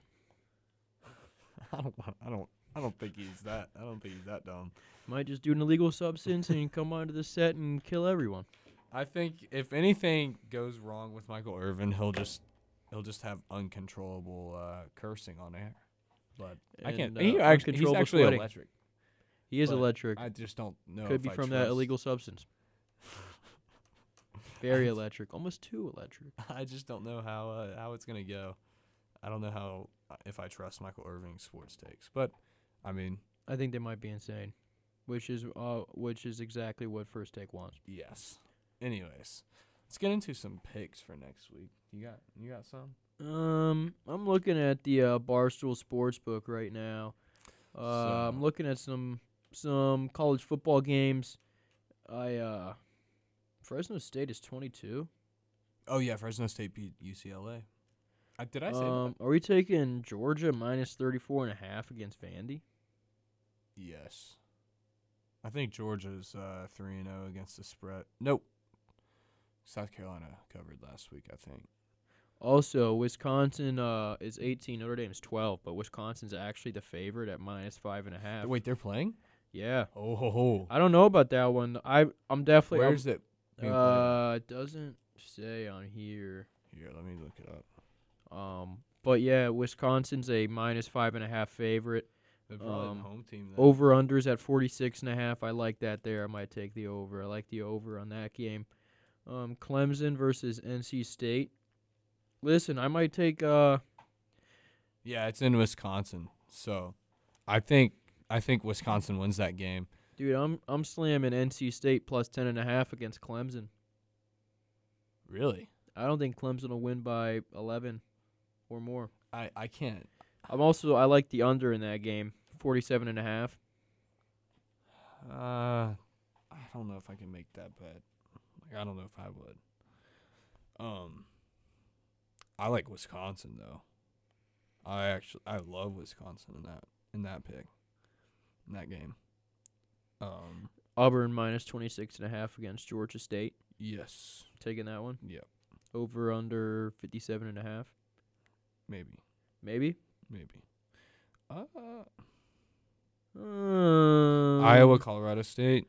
I don't. want- I don't. I don't think he's that. I don't think he's that dumb. Might just do an illegal substance and come onto the set and kill everyone. I think if anything goes wrong with Michael Irvin, he'll just he'll just have uncontrollable uh, cursing on air. But I And, can't. uh, he actually, he's uncontrollable actually sweating. electric. He is But electric. I just don't know. Could if be I from that trust- illegal substance. Very electric, almost too electric. I just don't know how uh, how it's gonna go. I don't know how uh, if I trust Michael Irving's sports takes, but I mean, I think they might be insane, which is uh, which is exactly what First Take wants. yes. Anyways, let's get into some picks for next week. You got you got some? Um, I'm looking at the uh, Barstool Sportsbook right now. Uh, I'm So- looking at some some college football games. I uh, Fresno State is 22. Oh yeah, Fresno State beat UCLA. I, Uh, did I say? Um, are we taking Georgia minus 34 and a half against Vandy? Yes. I think Georgia's uh, 3 and 0 against the spread. Nope. South Carolina covered last week, I think. Also, Wisconsin uh, is 18, Notre Dame's 12, but Wisconsin's actually the favorite at minus five and a half. Wait, they're playing? Yeah, Oh, ho, ho. I don't know about that one. I I'm definitely I'm- Where's it? being played? uh it doesn't say on here. Here, let me look it up. Um, but yeah, Wisconsin's a minus five and a half favorite. They're probably the um, home team. Over unders at 46 and a half. I like that there. I might take the over. I like the over on that game. Um, Clemson versus NC State. Listen, I might take uh Yeah, it's in Wisconsin. So, I think I think Wisconsin wins that game. dude, I'm I'm slamming NC State plus ten and a half against Clemson. Really? I don't think Clemson will win by 11 or more. I I can't. I'm also I like the under in that game, 47 and a half. Uh I don't know if I can make that bet. Like I don't know if I would. Um I like Wisconsin though. I actually I love Wisconsin in that in that pick. In that game. Um Auburn minus 26 and a half against Georgia State. yes. Taking that one Yep. over under 57 and a half. Maybe. Maybe. Maybe. Uh, Um, Iowa, Colorado State.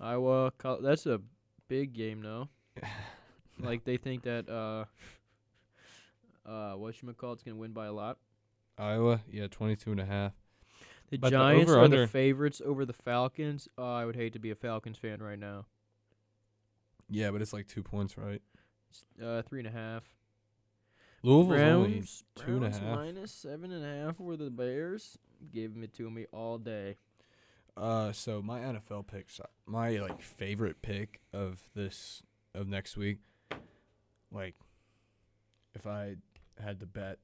Iowa. Col- that's a big game, no? No. Like they think that uh uh whatchamacallit's going to win by a lot. Iowa, yeah, twenty two and a half. The But the Giants are over-under- the favorites over the Falcons. Uh, I would hate to be a Falcons fan right now. Yeah, but it's like two points, right? S- Uh, three and a half. Louisville's only Browns- two and a Browns half. minus seven and a half were the Bears. Giving it to me all day. Uh, so my NFL picks, my like favorite pick of this of next week, like if I had to bet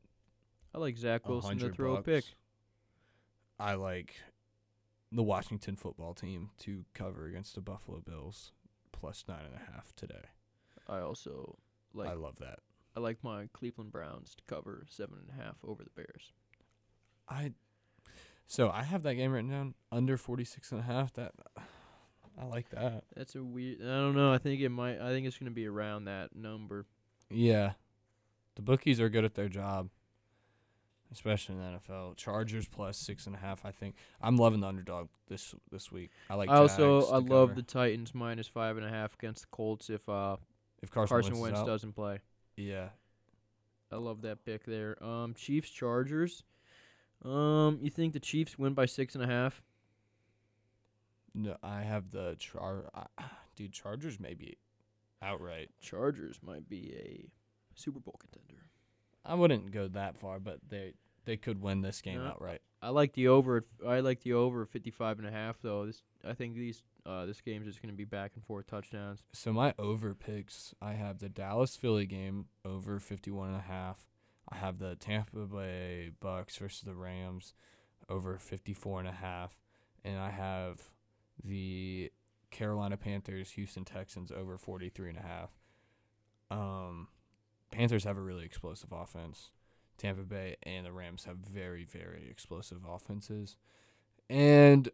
I like Zach a Wilson to hundred throw bucks, a pick. I like the Washington football team to cover against the Buffalo Bills plus nine and a half today. I also like I love that. I like my Cleveland Browns to cover seven and a half over the Bears. I so I have that game written down under forty six and a half. That I like that. That's a weird. I don't know. I think it might. I think it's gonna be around that number. Yeah. The bookies are good at their job, especially in the NFL. Chargers plus six and a half, I think. I'm loving the underdog this this week. I like I also Jags to I love cover. the Titans minus five and a half against the Colts if uh if Carson, Carson Wentz, Wentz is out. doesn't play. Yeah. I love that pick there. Um, Chiefs Chargers. Um, you think the Chiefs win by six and a half? No, I have the char. I- Dude, Chargers maybe outright. Chargers might be a Super Bowl contender. I wouldn't go that far, but they they could win this game No. outright. I like the over. at- I like the over at 55 and a half though. This I think these uh this game's just going to be back and forth touchdowns. So my over picks, I have the Dallas Philly game over 51 and a half. I have the Tampa Bay Bucks versus the Rams over 54 and a half, and I have the Carolina Panthers Houston Texans over 43 and a half. Um Panthers have a really explosive offense. Tampa Bay and the Rams have very very explosive offenses. And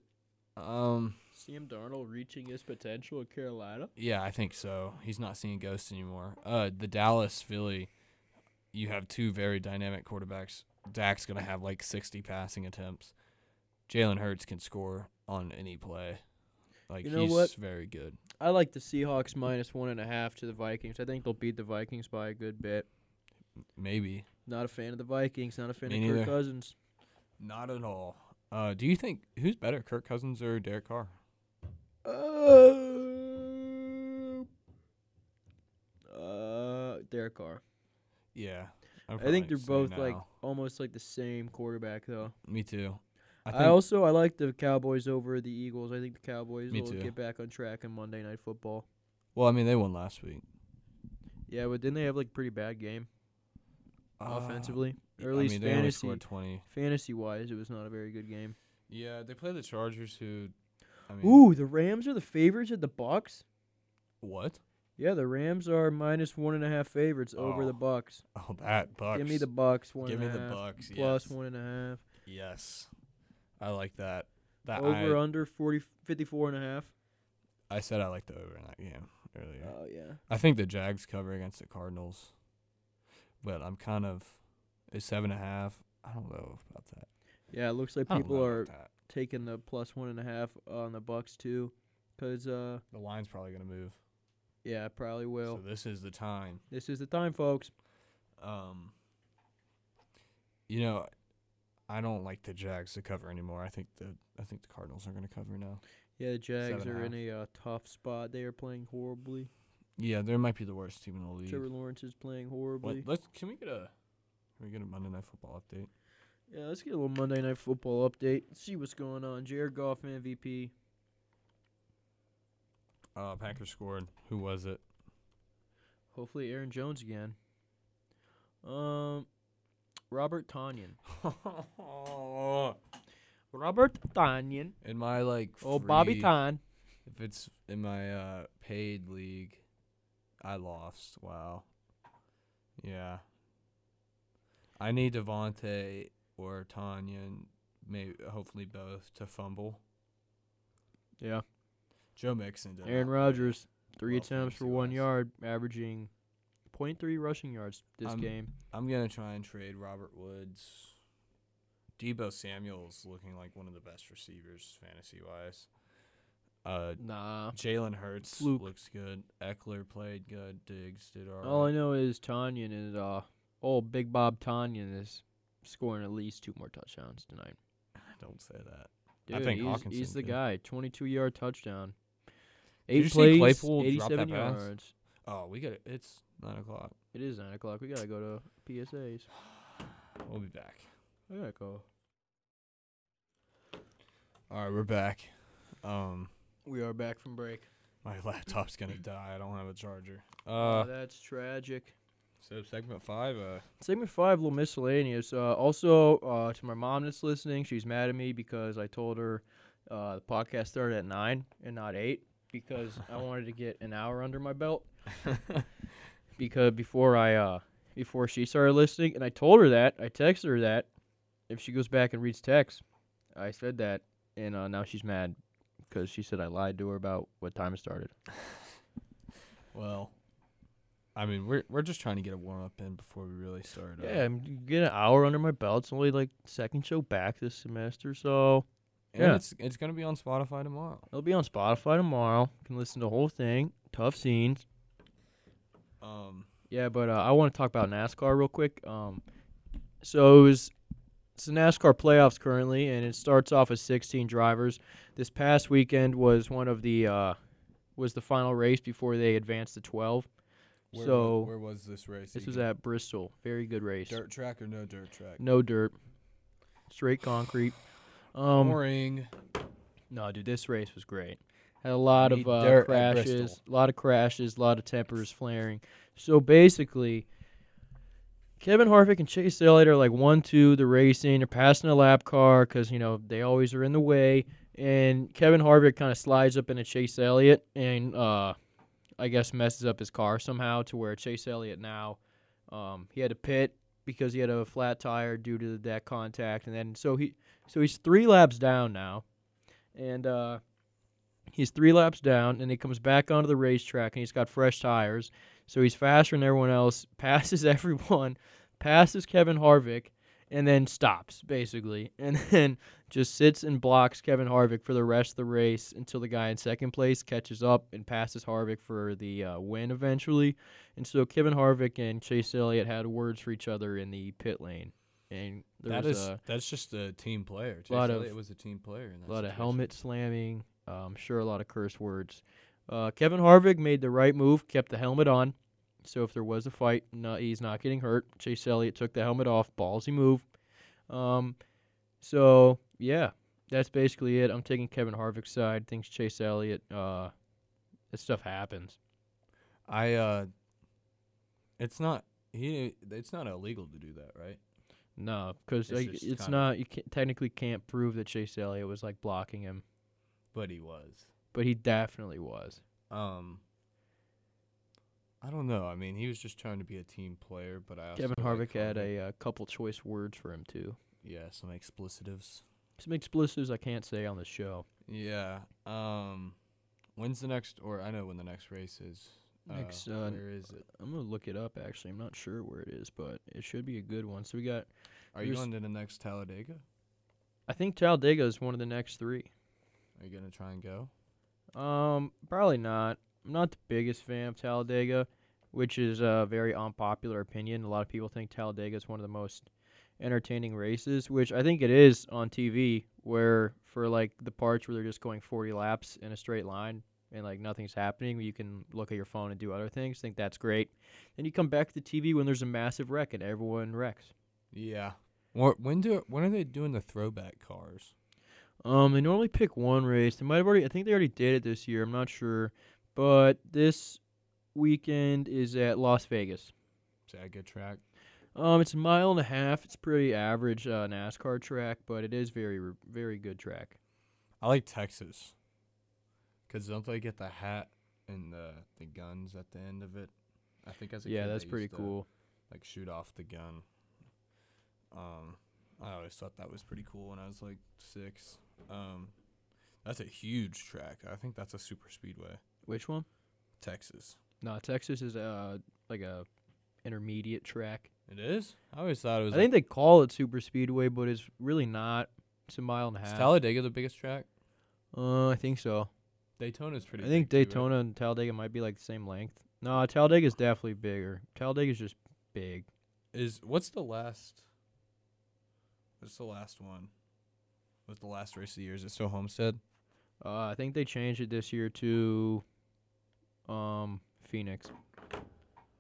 um Sam Darnold reaching his potential at Carolina. yeah, I think so. He's not seeing ghosts anymore. Uh, the Dallas Philly, you have two very dynamic quarterbacks. Dak's gonna have like sixty passing attempts. Jalen Hurts can score on any play. Like You know he's what? very good. I like the Seahawks minus one and a half to the Vikings. I think they'll beat the Vikings by a good bit. Maybe Not a fan of the Vikings. Not a fan Me of neither. Kirk Cousins. not at all. Uh, do you think who's better, Kirk Cousins or Derek Carr? Uh, Derek Carr. Yeah, I think they're both like almost like the same quarterback though. me too. I I, think also I like the Cowboys over the Eagles. I think the Cowboys Me will too. get back on track in Monday Night Football. well, I mean they won last week Yeah, but didn't they have like a pretty bad game Uh, offensively, or at I least mean, they only fantasy scored twenty. fantasy wise, it was not a very good game. Yeah, they play the Chargers, who. I mean, Ooh, the Rams are the favorites at the Bucks. what? Yeah, the Rams are minus one and a half favorites over Oh, the Bucks. Oh, that Bucks. Give me the Bucks one Give and a me the half, Bucks. plus yes. one and a half. Yes. I like that. That over I, under 40, 54 and a half. I said I like the over in that game earlier. Oh yeah. I think the Jags cover against the Cardinals, but I'm kind of it's seven and a half. I don't know about that. Yeah, it looks like I don't know people are about that. taking the plus one and a half on the Bucks too, cause uh The line's probably gonna move. yeah it probably will. so this is the time. this is the time, folks. Um, you know, I don't like the Jags to cover anymore. I think the I think the Cardinals are gonna cover now. Yeah, the Jags Seven and are a in a uh, tough spot. They are playing horribly. Yeah, they might be the worst team in the league. Trevor Lawrence is playing horribly. Wait, let's can we get a can we get a Monday night football update? Yeah, let's get a little Monday Night Football update. See what's going on. Jared Goff MVP. Uh, Packers scored. Who was it? Hopefully Aaron Jones again. Um, Robert Tanyan. Robert Tanyan. in my like, Oh, Bobby free- Tan. If it's in my uh paid league, I lost. Wow. Yeah. I need Devonte or Tanya, may hopefully both to fumble. Yeah. Joe Mixon did. Aaron not play. Rodgers. Three Well, attempts for one fantasy-wise. yard, averaging 0.3 rushing yards this I'm- game. I'm gonna try and trade Robert Woods. Debo Samuel's looking like one of the best receivers fantasy wise. Uh, Nah. Jalen Hurts Fluke. looks good. Eckler played good. Diggs did all right. All I know is Tanyan is uh old Big Bob Tanyan is scoring at least two more touchdowns tonight. Don't say that. Dude, I think he's, Hawkinson he's the could. guy. Twenty-two yard touchdown. Did Eight you see plays, Claypool drop that eighty-seven pass? yards. Oh, we got it. It's nine o'clock. It is nine o'clock. We gotta go to PSAs. We'll be back. I gotta go. All right, we're back. Um, We are back from break. my laptop's gonna die. I don't have a charger. Oh, Uh, that's tragic. so segment five. Uh, Segment five, little miscellaneous. Uh, also, uh, to my mom that's listening, she's mad at me because I told her uh, the podcast started at nine and not eight because I wanted to get an hour under my belt. because before I uh, before she started listening, and I told her that I texted her that if she goes back and reads text, I said that, and uh, now she's mad because she said I lied to her about what time it started. well, I mean, we're we're just trying to get a warm up in before we really start. uh, Yeah, I'm get an hour under my belt. It's only like second show back this semester, so. And Yeah. it's it's gonna be on Spotify tomorrow. It'll be on Spotify tomorrow. You can listen to the whole thing. Tough scenes. Um, Yeah, but uh, I want to talk about NASCAR real quick. Um, so it was it's the NASCAR playoffs currently, and it starts off with 16 drivers. This past weekend was one of the uh, was the final race before they advanced to 12. Where, so where was this race? this was Egan? at Bristol. Very good race. dirt track or no dirt track? No dirt, straight concrete. Um, Boring. no, dude, this race was great. Had a lot of Need uh, dirt at crashes, Bristol. a lot of crashes, a lot of tempers flaring. So basically, Kevin Harvick and Chase Elliott are like one, two. They're racing. They're passing a lap car because you know they always are in the way. And Kevin Harvick kind of slides up into Chase Elliott and uh, I guess messes up his car somehow to where Chase Elliott now um, he had to pit because he had a flat tire due to that contact, and then so he so he's three laps down now, and uh, he's three laps down, and he comes back onto the racetrack, and he's got fresh tires, so he's faster than everyone else, passes everyone, passes Kevin Harvick, and then stops basically, and then just sits and blocks Kevin Harvick for the rest of the race until the guy in second place catches up and passes Harvick for the uh, win eventually. And so Kevin Harvick and Chase Elliott had words for each other in the pit lane, and there That was is a that's just a team player. Chase lot of- Elliott was a team player. In that a lot of situation. helmet slamming. uh, I'm sure a lot of curse words. Uh, Kevin Harvick made the right move, kept the helmet on. So if there was a fight, no, he's not getting hurt. Chase Elliott took the helmet off, ballsy move. Um, so yeah, that's basically it. I'm taking Kevin Harvick's side. Thinks Chase Elliott. Uh, this stuff happens. I uh, it's not he. It's not illegal to do that, right? No, because It's like, just it's kinda- not. You can't, technically can't prove that Chase Elliott was like blocking him, But he was. but he definitely was. Um, I don't know. I mean, he was just trying to be a team player, but I also Kevin like Harvick had Harvick. a uh, couple choice words for him too. yeah some explicitives. Some explicitives I can't say on the show. Yeah. Um, when's the next? Or I know when the next race is. Next, uh, uh, where is it? I'm gonna look it up. Actually, I'm not sure where it is, but it should be a good one. So we got. Are you there's- going to the next Talladega? I think Talladega is one of the next three. Are you gonna try and go? Um, probably not. I'm not the biggest fan of Talladega, which is a very unpopular opinion. A lot of people think Talladega is one of the most entertaining races, which I think it is on TV. Where for like the parts where they're just going 40 laps in a straight line and like nothing's happening, you can look at your phone and do other things. Think that's great. Then you come back to the TV when there's a massive wreck and everyone wrecks. Yeah. Wha- When do when are they doing the throwback cars? Um, they normally pick one race. They might have already. I think they already did it this year. I'm not sure, but this weekend is at Las Vegas. Is that a good track? Um, it's a mile and a half. It's pretty average uh, NASCAR track, but it is very, r- very good track. I like Texas. Cause don't they get the hat and the the guns at the end of it? I think as a yeah, kid that's they pretty used to, cool. like shoot off the gun. Um, I always thought that was pretty cool when I was like six. Um, that's a huge track. I think that's a super speedway. Which one? Texas. No, Texas is uh like a intermediate track. It is. I always thought it I was. think they call it super speedway, but it's really not. It's a mile and a like, half. is Talladega the biggest track? uh, I think so. Daytona's pretty. I think big, too, right? Daytona and Talladega might be like the same length. No, Talladega's definitely bigger. Talladega's just big. is what's the last what's the last one what's the last race of the year is it still homestead Uh, I think they changed it this year to um Phoenix.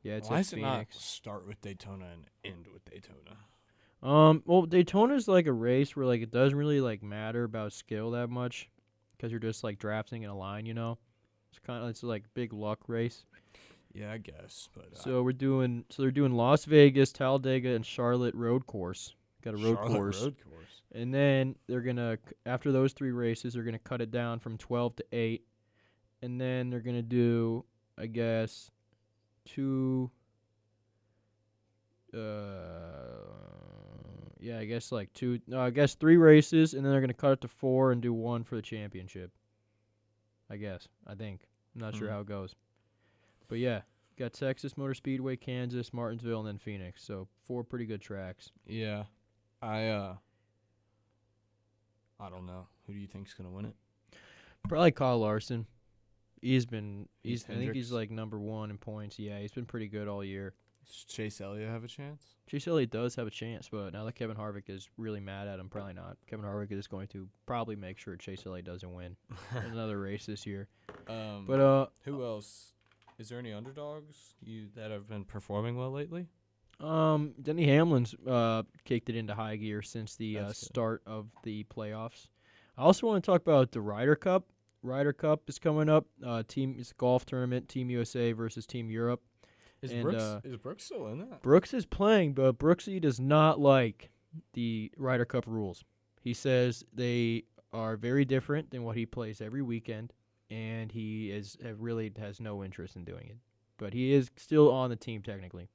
Yeah, it's why at does it not Phoenix. start with daytona and end with daytona Um, well, Daytona's like a race where like it doesn't really like matter about skill that much, because you're just like drafting in a line, you know. It's kind of it's like big luck race. yeah i guess but uh, So we're doing so they're doing Las Vegas, Talladega, and Charlotte road course. Got a road Charlotte course. road course And then they're gonna c- after those three races, they're gonna cut it down from twelve to eight, and then they're gonna do I guess two. Uh, yeah, I guess like two. No, I guess three races, and then they're gonna cut it to four and do one for the championship. I guess. I think. I'm not sure Hmm. how it goes, but yeah, got Texas Motor Speedway, Kansas, Martinsville, and then Phoenix. So four pretty good tracks. yeah i uh i don't know who do you think's gonna win it Probably Kyle Larson. He's been he's Heath I think he's Hendricks. like number one in points. Yeah, he's been pretty good all year. Does Chase Elliott have a chance? Chase Elliott does have a chance, but now that Kevin Harvick is really mad at him, probably not. Kevin Harvick is going to probably make sure Chase Elliott doesn't win another race this year. Mm. Um, But uh, who else? Is there any underdogs you that have been performing well lately? Um, Denny Hamlin's uh kicked it into high gear since the uh, That's good. start of the playoffs. I also want to talk about the Ryder Cup. Ryder Cup is coming up. Uh, team it's a golf tournament. Team USA versus Team Europe. Is And, Brooks uh, is Brooks still in that? Brooks is playing, but Brooksy does not like the Ryder Cup rules. He says they are very different than what he plays every weekend, and he is uh, really has no interest in doing it. But he is still on the team technically.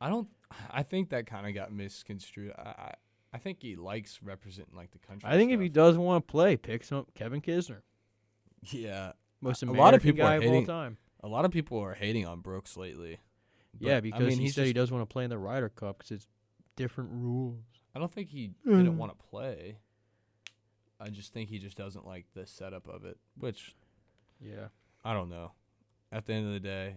I don't. I think that kind of got misconstrued. I, I I think he likes representing like the country. I think if he does want to play, pick some Kevin Kisner. he yeah, most A American lot of people are guy of all hating- time. a lot of people are hating on Brooks lately. But, yeah, because I mean, he he's said he just- does want to play in the Ryder Cup because it's different rules. I don't think he Mm. didn't want to play. I just think he just doesn't like the setup of it, which Yeah, I don't know. At the end of the day,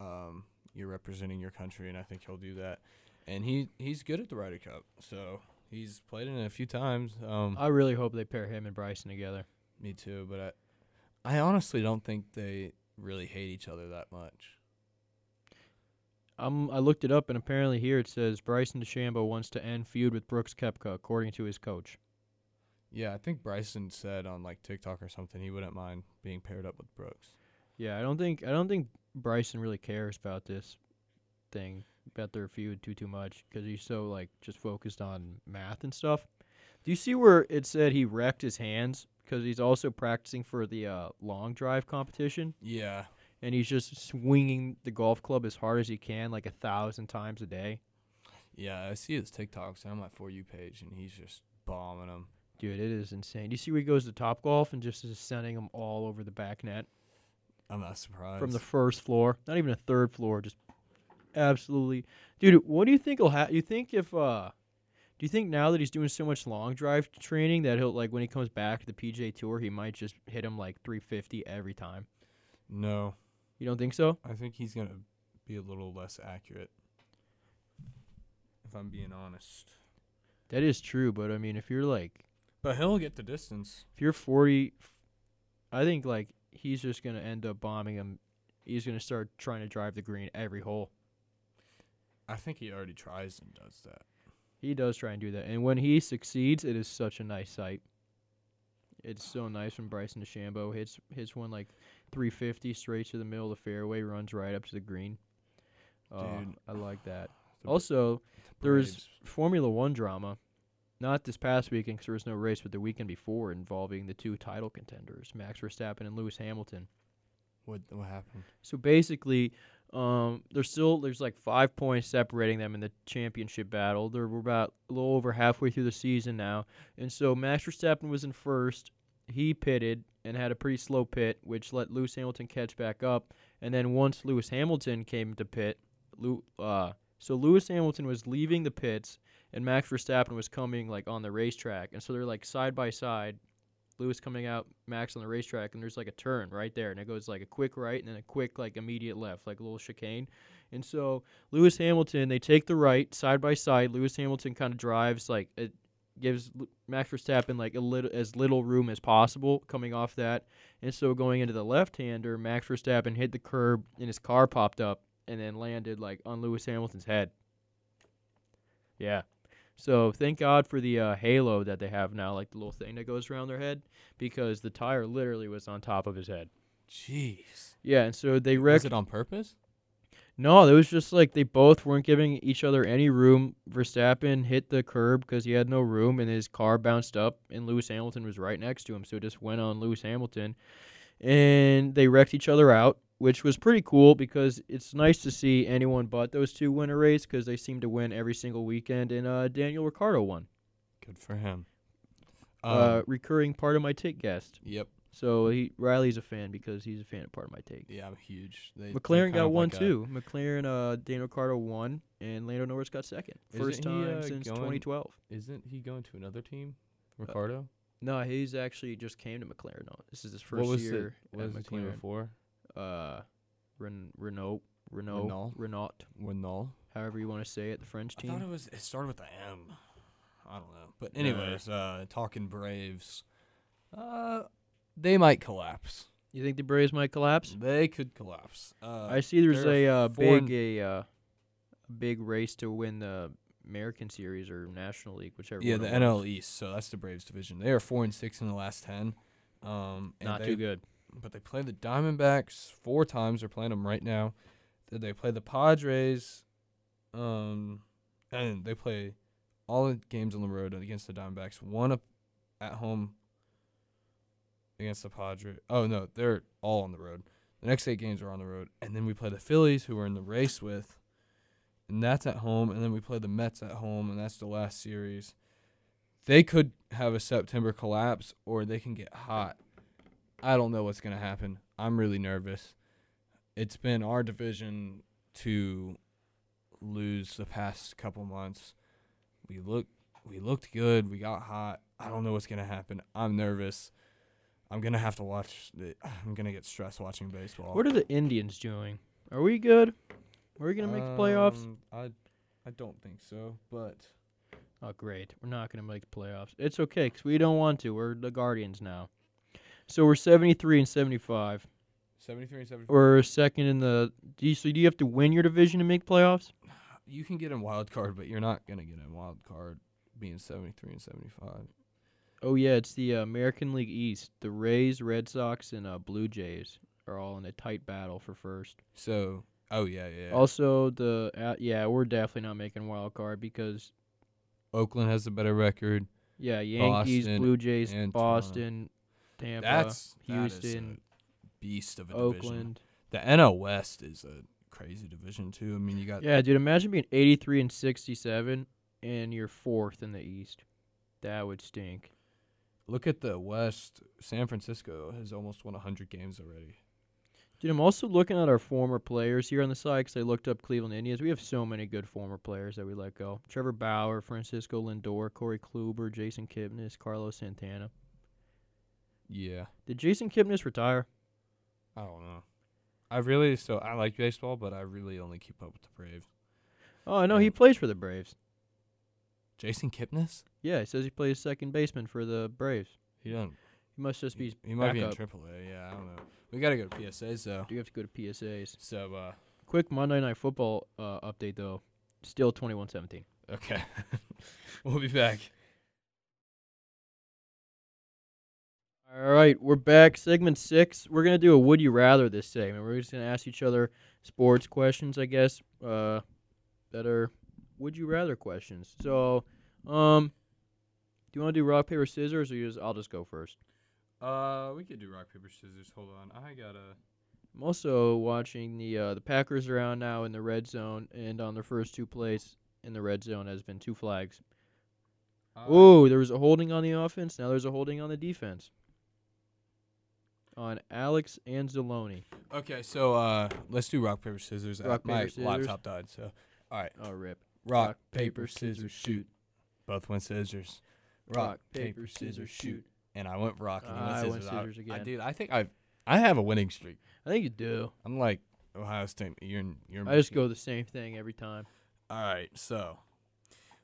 um, you're representing your country, and I think he'll do that. And he he's good at the Ryder Cup, so he's played in it a few times. Um, I really hope they pair him and Bryson together. me too, but I I honestly don't think they really hate each other that much. Um, I looked it up, and apparently here it says Bryson DeChambeau wants to end feud with Brooks Kepka, according to his coach. Yeah, I think Bryson said on like TikTok or something he wouldn't mind being paired up with Brooks. Yeah, I don't think I don't think Bryson really cares about this thing about their feud too too much because he's so like just focused on math and stuff. Do you see where it said he wrecked his hands because he's also practicing for the uh, long drive competition? Yeah, and he's just swinging the golf club as hard as he can, like a thousand times a day. yeah, I see his TikToks and I'm like for you page, and he's just bombing them. Dude, it is insane. Do you see where he goes to Top Golf and just is sending them all over the back net I'm not surprised. from the first floor, not even a third floor, just absolutely. Dude, what do you think will happen? You think if uh, do you think now that he's doing so much long drive training that he'll like when he comes back to the PJ Tour, he might just hit him like 350 every time? no, You don't think so? I think he's gonna be a little less accurate. If I'm being honest, That is true, but I mean, if you're like but he'll get the distance. if you're 40 i think like he's just going to end up bombing him he's going to start trying to drive the green every hole I think he already tries and does that. he does try and do that and when he succeeds it is such a nice sight it's so nice when Bryson DeChambeau hits hits one like 350 straight to the middle of the fairway, runs right up to the green. Uh, Dude. I like that. The Bra- Also, there's Braves. Formula One drama, not this past weekend because there was no race, but the weekend before involving the two title contenders, Max Verstappen and Lewis Hamilton. what what happened? So basically, um, there's still there's like five points separating them in the championship battle. They're we're about a little over halfway through the season now, and so Max Verstappen was in first. He pitted and had a pretty slow pit, which let Lewis Hamilton catch back up. And then once Lewis Hamilton came to pit, Lew- uh, so Lewis Hamilton was leaving the pits, and Max Verstappen was coming like on the racetrack, and so they're like side by side. Lewis coming out, Max on the racetrack, and there's like a turn right there, and it goes like a quick right and then a quick like immediate left, like a little chicane. And so Lewis Hamilton, they take the right side by side. Lewis Hamilton kind of drives like it gives L- Max Verstappen like a little as little room as possible coming off that. And so going into the left hander, Max Verstappen hit the curb and his car popped up and then landed like on Lewis Hamilton's head. Yeah. So thank God for the uh, halo that they have now, like the little thing that goes around their head, because the tire literally was on top of his head. Jeez. Yeah, and so they Was wrecked. it on purpose? No, it was just like they both weren't giving each other any room. Verstappen hit the curb because he had no room, and his car bounced up, and Lewis Hamilton was right next to him, so it just went on Lewis Hamilton, and they wrecked each other out, which was pretty cool because it's nice to see anyone but those two win a race because they seem to win every single weekend, and uh, Daniel Ricciardo won, Good for him. Um, uh, recurring part of my take guest. yep. So he Riley's a fan because he's a fan of part of my take. Yeah, I'm huge. They, they're McLaren kind of got one like a- too. McLaren, uh, Daniel Ricciardo won, and Lando Norris got second. Isn't First he, time uh, since going- 2012. isn't he going to another team? Ricardo. No, he's actually just came to McLaren. No, this is his first what was year the, what at was the team McLaren. before? uh, Ren- Renault, Renault, Renault? Renault, Renault. however you want to say it, the French I thought team. it was. It started with the M. I don't know. But anyways, uh, talking Braves, uh, they might collapse. You think the Braves might collapse? They could collapse. Uh, I see there's a they're uh, four and- big a uh, big race to win the American Series or National League, whichever. yeah, one the it was. NL East. So that's the Braves division. They are four and six in the last ten. Um, and Not they, too good. But they play the Diamondbacks four times. They're playing them right now. Then they play the Padres. Um, and they play all the games on the road against the Diamondbacks. One up at home against the Padres. Oh no, they're all on the road. The next eight games are on the road, and then we play the Phillies, who we're in the race with, and that's at home. And then we play the Mets at home, and that's the last series. They could have a September collapse, or they can get hot. I don't know what's gonna happen. I'm really nervous. It's been our division to lose the past couple months. We look we looked good. We got hot. I don't know what's gonna happen. I'm nervous. I'm gonna have to watch. The, I'm gonna get stressed watching baseball. What are the Indians doing? Are we good? Are we gonna make the playoffs? Um, I, I don't think so. But Oh, great. We're not going to make the playoffs. It's okay because we don't want to. We're the Guardians now. So we're 73 and 75. 73 and 74. We're second in the. Do you, so do you have to win your division to make playoffs? You can get in wild card, but you're not gonna get in wild card being 73 and 75. Oh, yeah. It's the uh, American League East. The Rays, Red Sox, and uh, Blue Jays are all in a tight battle for first. So, oh yeah, yeah. yeah. Also, the. Uh, yeah, we're definitely not making wild card because, Oakland has a better record. yeah, Yankees, Boston Blue Jays, and Toronto. Boston, Tampa, That's that is a Houston, beast of a division. Oakland. The NL West is a crazy division too. I mean, you got Yeah, dude, imagine being 83 and 67 and you're fourth in the East. That would stink. look at the West. San Francisco has almost won 100 games already. Dude, I'm also looking at our former players here on the side because I looked up Cleveland Indians. We have so many good former players that we let go. Trevor Bauer, Francisco Lindor, Corey Kluber, Jason Kipnis, Carlos Santana. Yeah, Did Jason Kipnis retire? I don't know. I really so I like baseball, but I really only keep up with the Braves. Oh, I know he plays for the Braves. Jason Kipnis? Yeah, he says he plays second baseman for the Braves. He doesn't. He must just be He, he might be in backup. AAA. Yeah, I don't know. We gotta go to PSAs though. Do you have to go to PSAs? So uh, Quick Monday Night Football uh, update though. Still 21-17. okay, we'll be back. All right, we're back. Segment six. We're gonna do a would you rather this segment. We're just gonna ask each other sports questions, I guess, uh, that are would you rather questions. So, um, do you want to do rock paper scissors, or you just I'll just go first. Uh, we could do rock paper scissors. Hold on, I gotta. I'm also watching the uh, the Packers are out now in the red zone, and on their first two plays in the red zone has been two flags. Uh, Oh, there was a holding on the offense. Now there's a holding on the defense. On Alex Anzalone. Okay, so uh, let's do rock paper scissors. Uh, Rock, my paper, scissors. laptop died, so all right. Oh, rip. Rock, Rock, paper, paper, scissors, scissors, shoot. Both went scissors. Rock, paper, scissors, shoot. And I went rock. And you I went went scissors, I- scissors I, again. dude, I think I I have a winning streak. I think you do. I'm like Ohio State. You're in, you're. I just go the same thing every time. All right, so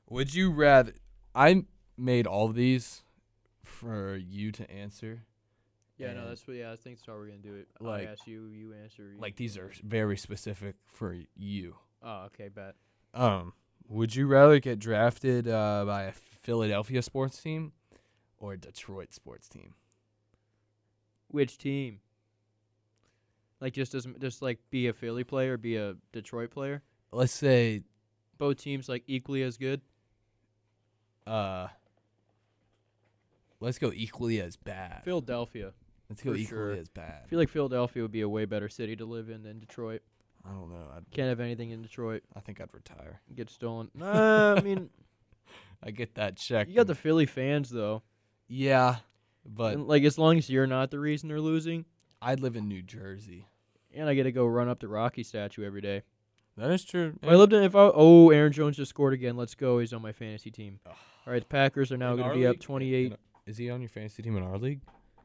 would you rather? I made all these for you to answer. Yeah, no, And- that's what. Yeah, I think that's how we're gonna do it. Like- I ask you, you answer. You. Like these are very specific for you. oh, okay, bet. Um, would you rather get drafted uh, by a Philadelphia sports team or a Detroit sports team? Which team? Like, just doesn't just like be a Philly player, be a Detroit player. Let's say, Both teams like equally as good. uh, let's go equally as bad. Philadelphia. let's go for equally sure. as bad. I feel like Philadelphia would be a way better city to live in than Detroit. I don't know. I'd, Can't have anything in Detroit. I think I'd retire. Get stolen. Nah, I mean, I get that check. you got the and- Philly fans though. yeah, but And, like, as long as you're not the reason they're losing, I'd live in New Jersey. and I get to go run up the Rocky statue every day. That is true. If I lived in if I oh Aaron Jones just scored again. Let's go. He's on my fantasy team. Ugh. All right, the Packers are now In going our to be up league? twenty eight. In- Is he on your fantasy team in our league?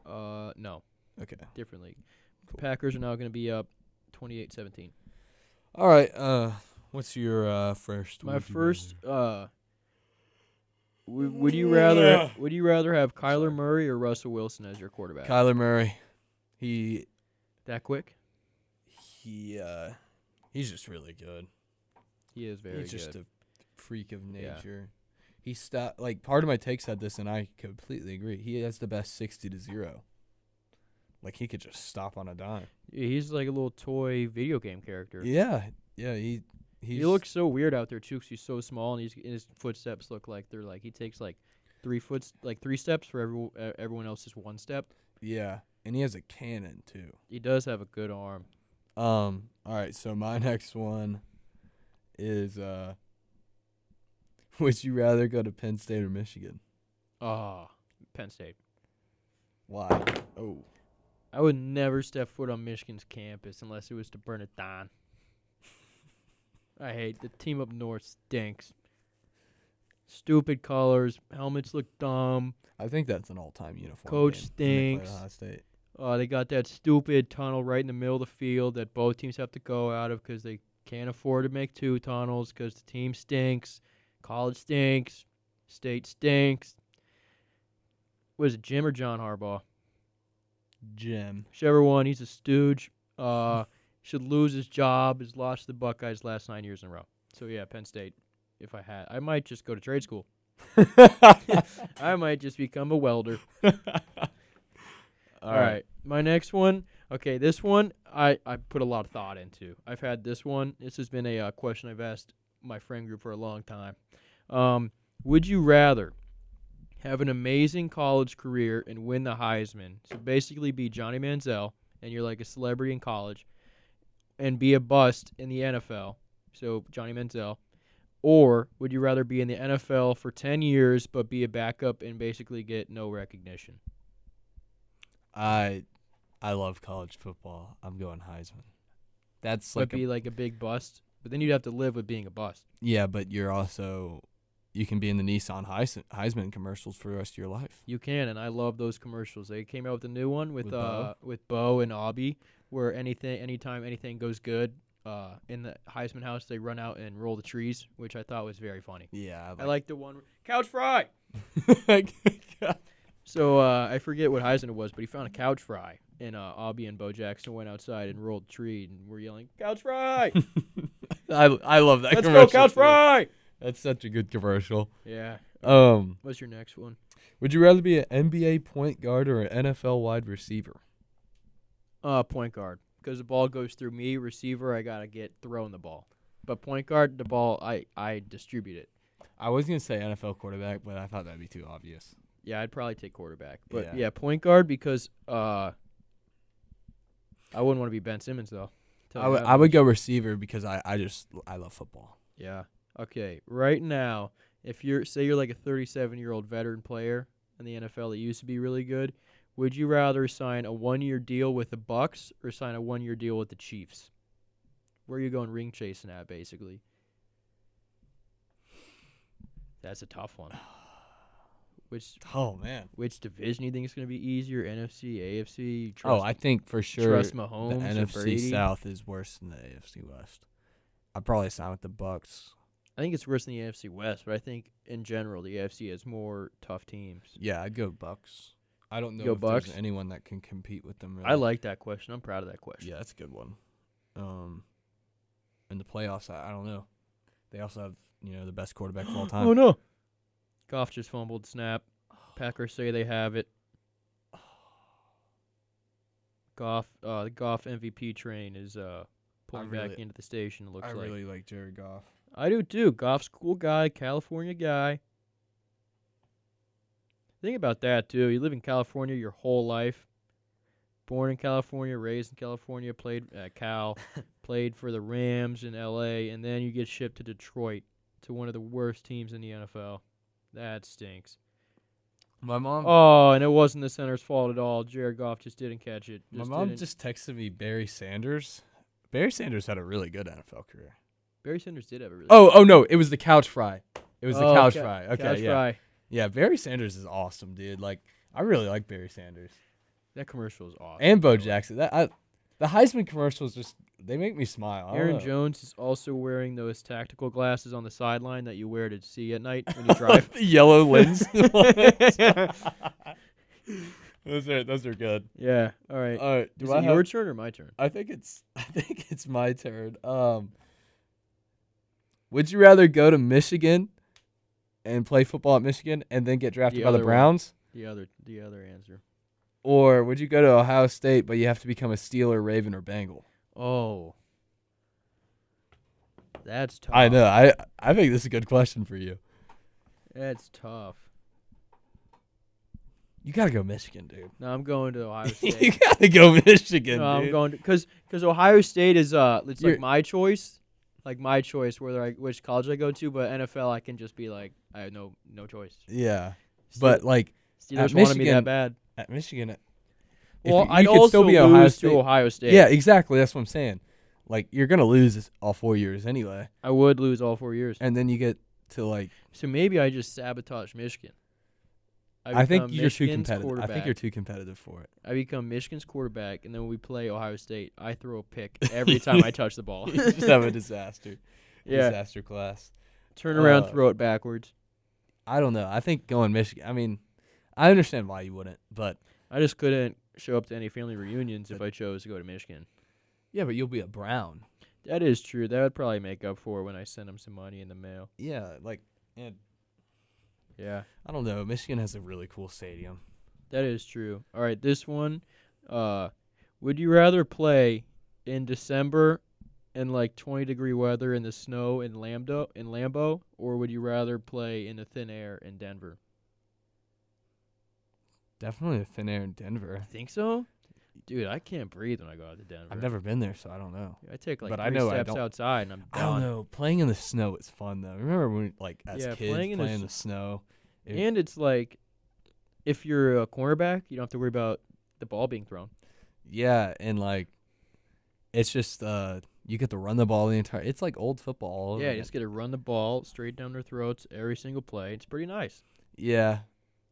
Uh, no, Okay. different league. Cool. Packers are now going to be up 28-17. All right. Uh, what's your uh, first? My would you first, uh, w- would you rather would you rather have Kyler Murray or Russell Wilson as your quarterback? rather? Kyler Murray. He that quick? he uh, he's just really good. He is very he's just good. a freak of Yeah. nature. He stopped. Like part of my take said this, and I completely agree. He has the best sixty to zero. Like he could just stop on a dime. Yeah, he's like a little toy video game character. Yeah, yeah. He he's, he looks so weird out there too, 'cause he's so small, and, he's, and his footsteps look like they're like he takes like three foot like three steps for every, uh, everyone else is one step. yeah, and he has a cannon too. He does have a good arm. Um. All right. So my next one is uh. Would you rather go to Penn State or Michigan? Ah, Penn State. Why? Oh. I would never step foot on Michigan's campus unless it was to burn it down. I hate the team up north stinks. Stupid colors, helmets look dumb. I think that's an all-time uniform. Coach game when they play stinks. Ohio State. Uh, they got that stupid tunnel right in the middle of the field that both teams have to go out of because they can't afford to make two tunnels because the team stinks. College stinks. State stinks. Was it Jim or John Harbaugh? Jim. Whichever one, he's a stooge. Uh, should lose his job. Has lost the Buckeyes last nine years in a row. So yeah, Penn State. If I had, I might just go to trade school. I might just become a welder. All right. My next one. Okay, this one I, I put a lot of thought into. I've had this one. This has been a uh, question I've asked my friend group for a long time. Um, would you rather have an amazing college career and win the Heisman? So basically be Johnny Manziel and you're like a celebrity in college and be a bust in the NFL. So Johnny Manziel. Or would you rather be in the NFL for 10 years but be a backup and basically get no recognition? I I love college football. I'm going Heisman. That's Would like a- be like a big bust. But then you'd have to live with being a bust. yeah, but you're also you can be in the Nissan Heisman, Heisman commercials for the rest of your life. You can, and I love those commercials. They came out with a new one with, With Bo? uh with Bo and Aubie, where anything, anytime anything goes good, uh in the Heisman house they run out and roll the trees, which I thought was very funny. Yeah, I like the one couch fry. like. So uh, I forget what Heisman it was, but he found a couch fry, and uh, Aubie and Bo Jackson went outside and rolled a tree, and were yelling couch fry, I I love that. let's go commercial couch too. fry. That's such a good commercial. Yeah. Um, What's your next one? would you rather be an NBA point guard or an NFL wide receiver? Uh, point guard. Because the ball goes through me, receiver, I gotta get thrown the ball. But point guard, the ball, I I distribute it. I was gonna say NFL quarterback, but I thought that'd be too obvious. Yeah, I'd probably take quarterback. But yeah, Yeah. point guard because uh, I wouldn't want to be Ben Simmons though. Tell I you would that I would much. go receiver because I I just I love football. Yeah. Okay. Right now, if you're say you're like a 37 year old veteran player in the NFL that used to be really good, would you rather sign a one year deal with the Bucks or sign a one year deal with the Chiefs? Where are you going ring chasing at, basically? That's a tough one. Which Oh man. which division do you think is going to be easier? NFC, AFC? You Oh, Trust, I think for sure trust the Mahomes and Brady. NFC South is worse than the AFC West. I'd probably sign with the Bucks. I think it's worse than the AFC West, but I think in general the AFC has more tough teams. Yeah, I'd go Bucks. I don't know Go if Bucks. there's anyone that can compete with them. Really. I like that question. I'm proud of that question. Yeah, that's a good one. Um, in the playoffs, I, I don't know. They also have you know the best quarterback of all time. Oh no. Goff just fumbled snap. Packers say they have it. Goff uh the Goff MVP train is uh pulling back really- into the station it looks I like. really like Jared Goff. I do too. Goff's a cool guy, California guy. Think about that too. You live in California your whole life. Born in California, raised in California, played at Cal, played for the Rams in LA, and then you get shipped to Detroit to one of the worst teams in the NFL. That stinks. My mom, Oh, and it wasn't the center's fault at all. Jared Goff just didn't catch it. my mom didn't. just texted me Barry Sanders. Barry Sanders had a really good NFL career. Barry Sanders did have a really Oh, oh no, it was the couch fry. It was the Oh, couch ca- fry. Okay, Couch yeah, fry. yeah. Barry Sanders is awesome, dude. Like, I really like Barry Sanders That commercial is awesome. and by Bo the way. Jackson. That I, the Heisman commercials just they make me smile. I don't Aaron know. Jones is also wearing those tactical glasses on the sideline that you wear to see at night when you drive. the yellow lens. yeah. those are those are good. All right. All right, do Uh, is I it have- your turn or my turn? I think it's I think it's my turn. Um Would you rather go to Michigan and play football at Michigan and then get drafted The by the other one. Browns? The other, the other answer. Or would you go to Ohio State but you have to become a Steeler, Raven, or Bengal? Oh, that's tough. I know. I I think this is a good question for you. That's tough. You gotta go Michigan, dude. No, I'm going to Ohio you State. gotta go Michigan, no, I'm dude. going because because Ohio State is uh, it's You're- like my choice, like my choice whether I which college I go to. But NFL, I can just be like, I have no no choice. yeah, Ste- but like Steelers wanted at me Michigan, that bad. at Michigan, if Well, you, you I'd could also still be lose Ohio State. to Ohio State. Yeah, exactly. That's what I'm saying. Like you're gonna lose this- all four years anyway, I would lose all four years. and then you get to like So maybe I just sabotage Michigan. I, think become you're too Michigan's competitive. I quarterback. think you're too competitive for it. I become Michigan's quarterback, and then when we play Ohio State, I throw a pick every time I touch the ball. You just have a disaster, yeah, disaster class. turn around, uh, throw it backwards. I don't know. I think going Michigan. I mean, I understand why you wouldn't, but I just couldn't show up to any family reunions if I chose to go to Michigan. yeah, but you'll be a Brown. That is true. That would probably make up for when I send them some money in the mail. Yeah, like and Yeah, I don't know. Michigan has a really cool stadium. that is true. All right, this one. Uh, would you rather play in December in like 20 degree weather in the snow in Lamdo in Lambo, or would you rather play in the thin air in Denver? Definitely a thin air in Denver. Think so? Dude, I can't breathe when I go out to Denver. I've never been there, so I don't know. I take like but I three know I steps don't- outside and I'm I don't done. know. Playing in the snow is fun though. Remember when like as Yeah, kids playing playing, in the in s- the snow? It- And it's like, if you're a cornerback, you don't have to worry about the ball being thrown. Yeah, and like it's just uh you get to run the ball the entire it's like old football. all over yeah, you again. just get to run the ball straight down their throats every single play. It's pretty nice. yeah.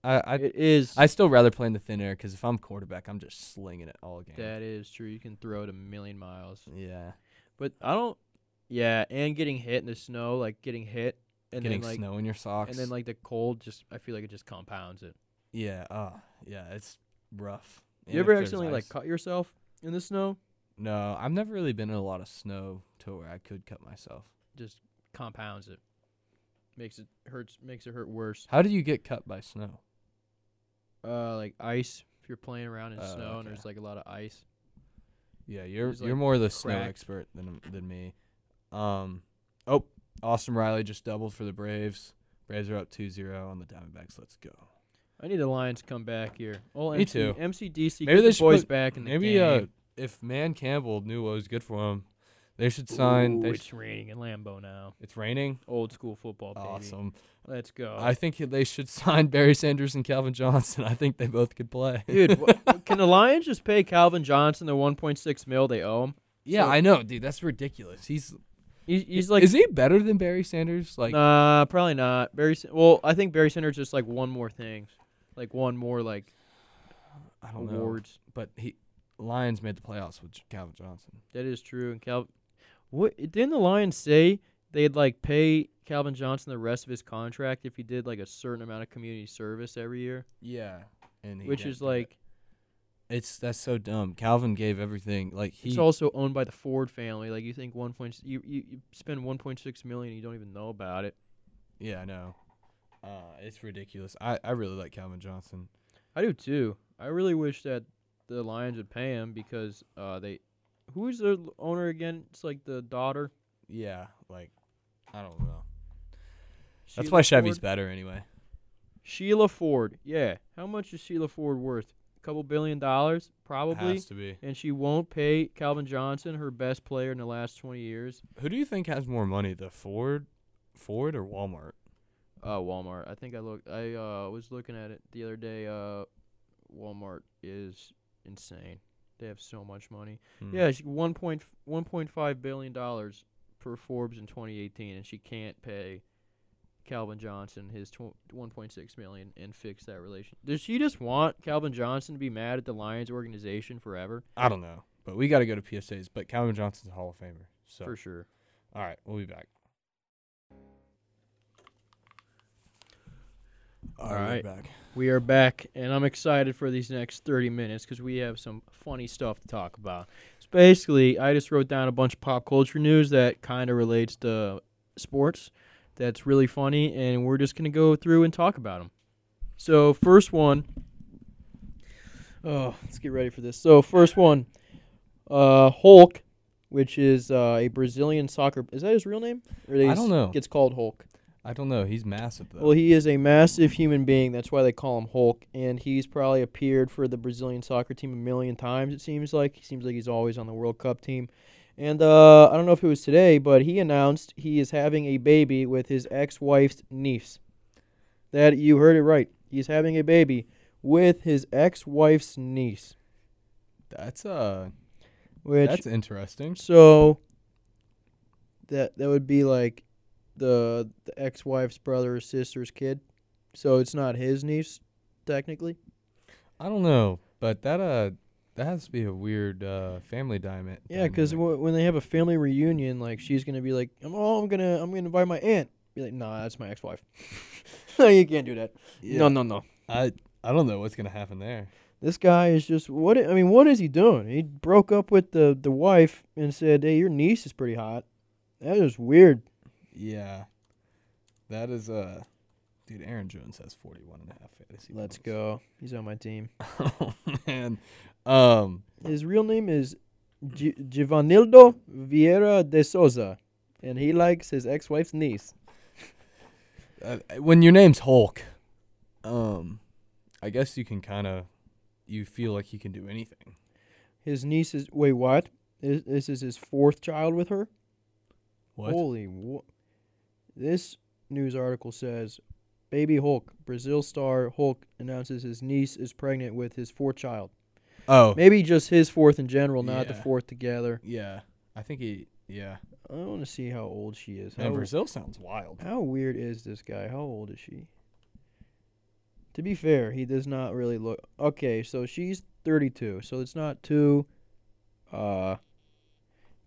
I I it is. I still rather play in the thin air because if I'm quarterback, I'm just slinging it all game. that is true. You can throw it a million miles, Yeah, but I don't. Yeah, and getting hit in the snow, like getting hit, and getting then like, snow in your socks. and then like the cold, just I feel like it just compounds it. yeah, uh, yeah, it's rough. And you if ever there's accidentally like ice- cut yourself in the snow? No, I've never really been in a lot of snow to where I could cut myself. Just compounds it, makes it hurts, makes it hurt worse. How do you get cut by snow? Uh, like ice. If you're playing around in Oh, snow and okay. there's like a lot of ice, Yeah, you're There's, you're like, more the snow crack. expert than than me. Um, oh, Austin Riley just doubled for the Braves. Braves are up 2-0 on the Diamondbacks. Let's go. I need the Lions to come back here. All Me MC, too. MCDC Maybe get they the should boys put- back in the Maybe game. uh, if Man Campbell knew what was good for him, they should sign. Ooh, they it's sh- raining in Lambeau now. it's raining. Old school oh, football, baby. Awesome. Let's go. I think he- they should sign Barry Sanders and Calvin Johnson. I think they both could play. Dude, wha- can the Lions just pay Calvin Johnson the 1.6 mil they owe him? yeah, so- I know, dude. That's ridiculous. He's He's, he's like, is he better than Barry Sanders? Like, nah, probably not. Barry. Sa- Well, I think Barry Sanders just like one more thing, like one more like I don't know. awards. But he Lions made the playoffs with Calvin Johnson. That is true. And Calvin, what didn't the Lions say they'd like pay Calvin Johnson the rest of his contract if he did like a certain amount of community service every year, Yeah, and he which can't is do it. like it's that's so dumb. Calvin gave everything. Like he, it's also owned by the Ford family. Like you think one point you you, you spend 1.6 million, you don't even know about it. yeah, I know. Uh, it's ridiculous. I I really like Calvin Johnson. I do too. I really wish that the Lions would pay him because uh they who is the owner again? It's like the daughter. Yeah, like I don't know. Sheila that's why Chevy's Ford? better anyway. Sheila Ford. Yeah. How much is Sheila Ford worth? A couple billion dollars, probably. Has to be. and she won't pay Calvin Johnson, her best player in the last 20 years. Who do you think has more money, the Ford, Ford or Walmart? Uh, Walmart. I think I looked. I uh, was looking at it the other day. Uh, Walmart is insane. They have so much money. Hmm. Yeah, she, one point one point five billion dollars per Forbes in 2018, and she can't pay Calvin Johnson his tw- 1.6 million and fix that relation. Does she just want Calvin Johnson to be mad at the Lions organization forever? I don't know. But we got to go to PSAs. But Calvin Johnson's a Hall of Famer. So for sure. all right, we'll be back. All we're right. back. We are back, and I'm excited for these next 30 minutes because we have some funny stuff to talk about. So basically, I just wrote down a bunch of pop culture news that kind of relates to sports that's really funny, and we're just going to go through and talk about them. So, first one. Oh, let's get ready for this. So, first one uh, Hulk, which is uh, a Brazilian soccer. Is that his real name? Or I he's- don't know. Gets called Hulk. I don't know. He's massive though. Well, he is a massive human being. That's why they call him Hulk. And he's probably appeared for the Brazilian soccer team a million times, it seems like. He seems like he's always on the World Cup team. And uh, I don't know if it was today, but he announced he is having a baby with his ex wife's niece. That you heard it right. He's having a baby with his ex wife's niece. that's uh, Which that's interesting. so that that would be like the the ex-wife's brother or sister's kid. So it's not his niece technically. I don't know, but that uh, that has to be a weird uh family diamond. Yeah, cuz dynamic. w- when they have a family reunion like she's going to be like, "I'm oh, I'm going to I'm going to invite my aunt." Be like, "Nah, that's my ex-wife." no, you can't do that. No, no, no. I I don't know what's gonna happen there. This guy is just what I I mean, what is he doing? He broke up with the the wife and said, "Hey, your niece is pretty hot." That is weird. Yeah, that is uh, dude. Aaron Jones has 41 and a half fantasy. Let's points. go. He's on my team. oh man, um, His real name is G- Givanildo Vieira de Souza, and he likes his ex-wife's niece. uh, when your name's Hulk, um, I guess you can kind of you feel like you can do anything. His niece is wait what? Is, this is his fourth child with her. Holy! Wha- this news article says, "Baby Hulk, Brazil star Hulk announces his niece is pregnant with his fourth child. Oh, Maybe just his fourth in general, not the Yeah. fourth together. yeah. I think he. Yeah, I want to see how old she is. and How- Brazil sounds wild. How weird is this guy? How old is she? To be fair, he does not really look. Okay, so she's 32, so it's not too, uh,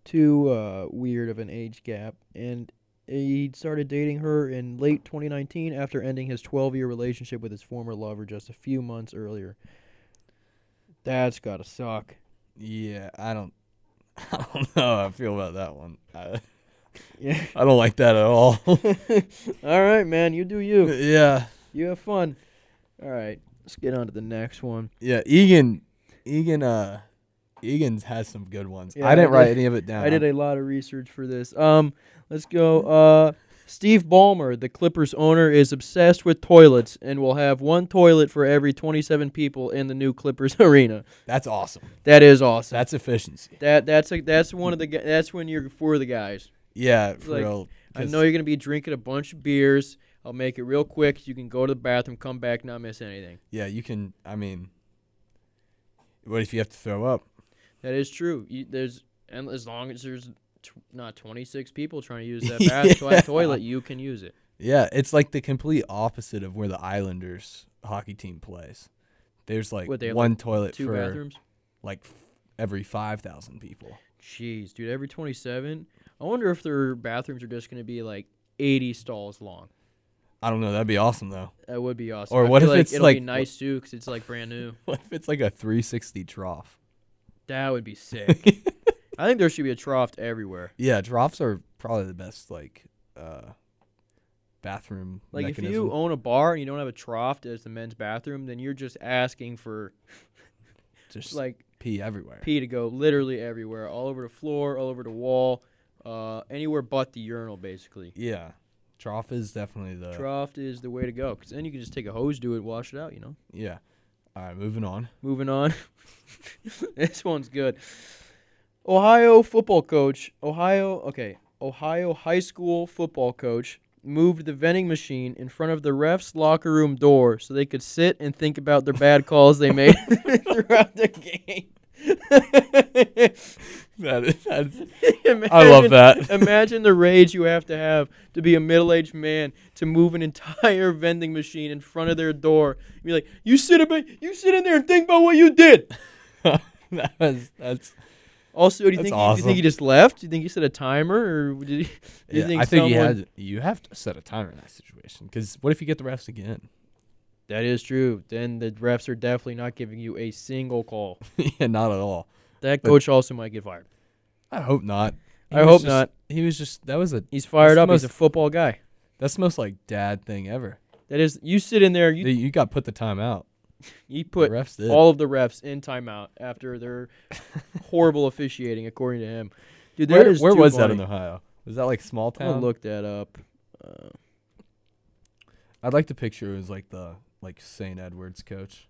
too uh weird of an age gap. And he started dating her in late 2019 after ending his 12-year relationship with his former lover just a few months earlier. That's gotta suck. Yeah, I don't. I don't know how I feel about that one. I, Yeah. I don't like that at all. All right, man. You do you. yeah, You have fun. All right. Let's get on to the next one. yeah. Egan, Egan, uh, Egan's has some good ones. Yeah, I didn't I write did- any of it down. I did a lot of research for this. Um, let's go. Uh, Steve Ballmer, the Clippers owner, is obsessed with toilets and will have one toilet for every 27 people in the new Clippers arena. That's awesome. That is awesome. That's efficiency. That that's a, that's one of the gu- that's when you're for the guys. Yeah, for Like, real. I 'cause- know you're gonna be drinking a bunch of beers. I'll make it real quick. You can go to the bathroom, come back, not miss anything. Yeah, you can. I mean, what if you have to throw up? That is true. You, there's and as long as there's t- not 26 people trying to use that bathroom Yeah. toilet, you can use it. Yeah, it's like the complete opposite of where the Islanders hockey team plays. There's like What, they have, one toilet Two for bathrooms. like f- every five thousand people. Jeez, dude, every 27. I wonder if their bathrooms are just going to be like 80 stalls long. I don't know. That'd be awesome though. That would be awesome. Or I what feel if like it's it'll be like- nice too because it's like brand new. What if it's like a 360 trough? That would be sick. I think there should be a trough everywhere. Yeah, troughs are probably the best like uh bathroom Like mechanism. if you own a bar and you don't have a trough as the men's bathroom, then you're just asking for just like like pee everywhere. pee to go literally everywhere, all over the floor, all over the wall, uh, anywhere but the urinal, basically. Yeah, trough is definitely the Trough is the way to go because then you can just take a hose, do it, wash it out, you know. yeah. All right, moving on. Moving on. this one's good. Ohio football coach, Ohio, okay, Ohio high school football coach moved the vending machine in front of the ref's locker room door so they could sit and think about their bad calls they made throughout the game. That is, that's, Imagine- love that. imagine the rage you have to have to be a middle-aged man to move an entire vending machine in front of their door. and Be like, you sit, about, you sit in there and think about what you did. that was that's Also, do you That's think do you awesome. think he just left? Do you think he set a timer, or did he? Do you Yeah, think I think someone, you had you have to set a timer in that situation because what if you get the refs again? That is true. Then the refs are definitely not giving you a single call. yeah, not at all. That But- coach also might get fired. I hope not. I was hope just- not. He was just that was a He's fired the up. He's a most- football guy. that's the most like dad thing ever. That is, you sit in there. You, You you got put the time out. you The put refs did. all of the refs in timeout after their horrible officiating, according to him. Dude, where that is where too was that funny. in Ohio? Was that like small I'm gonna town? look that up. Uh, I'd like to picture it was like the like St. Edward's coach,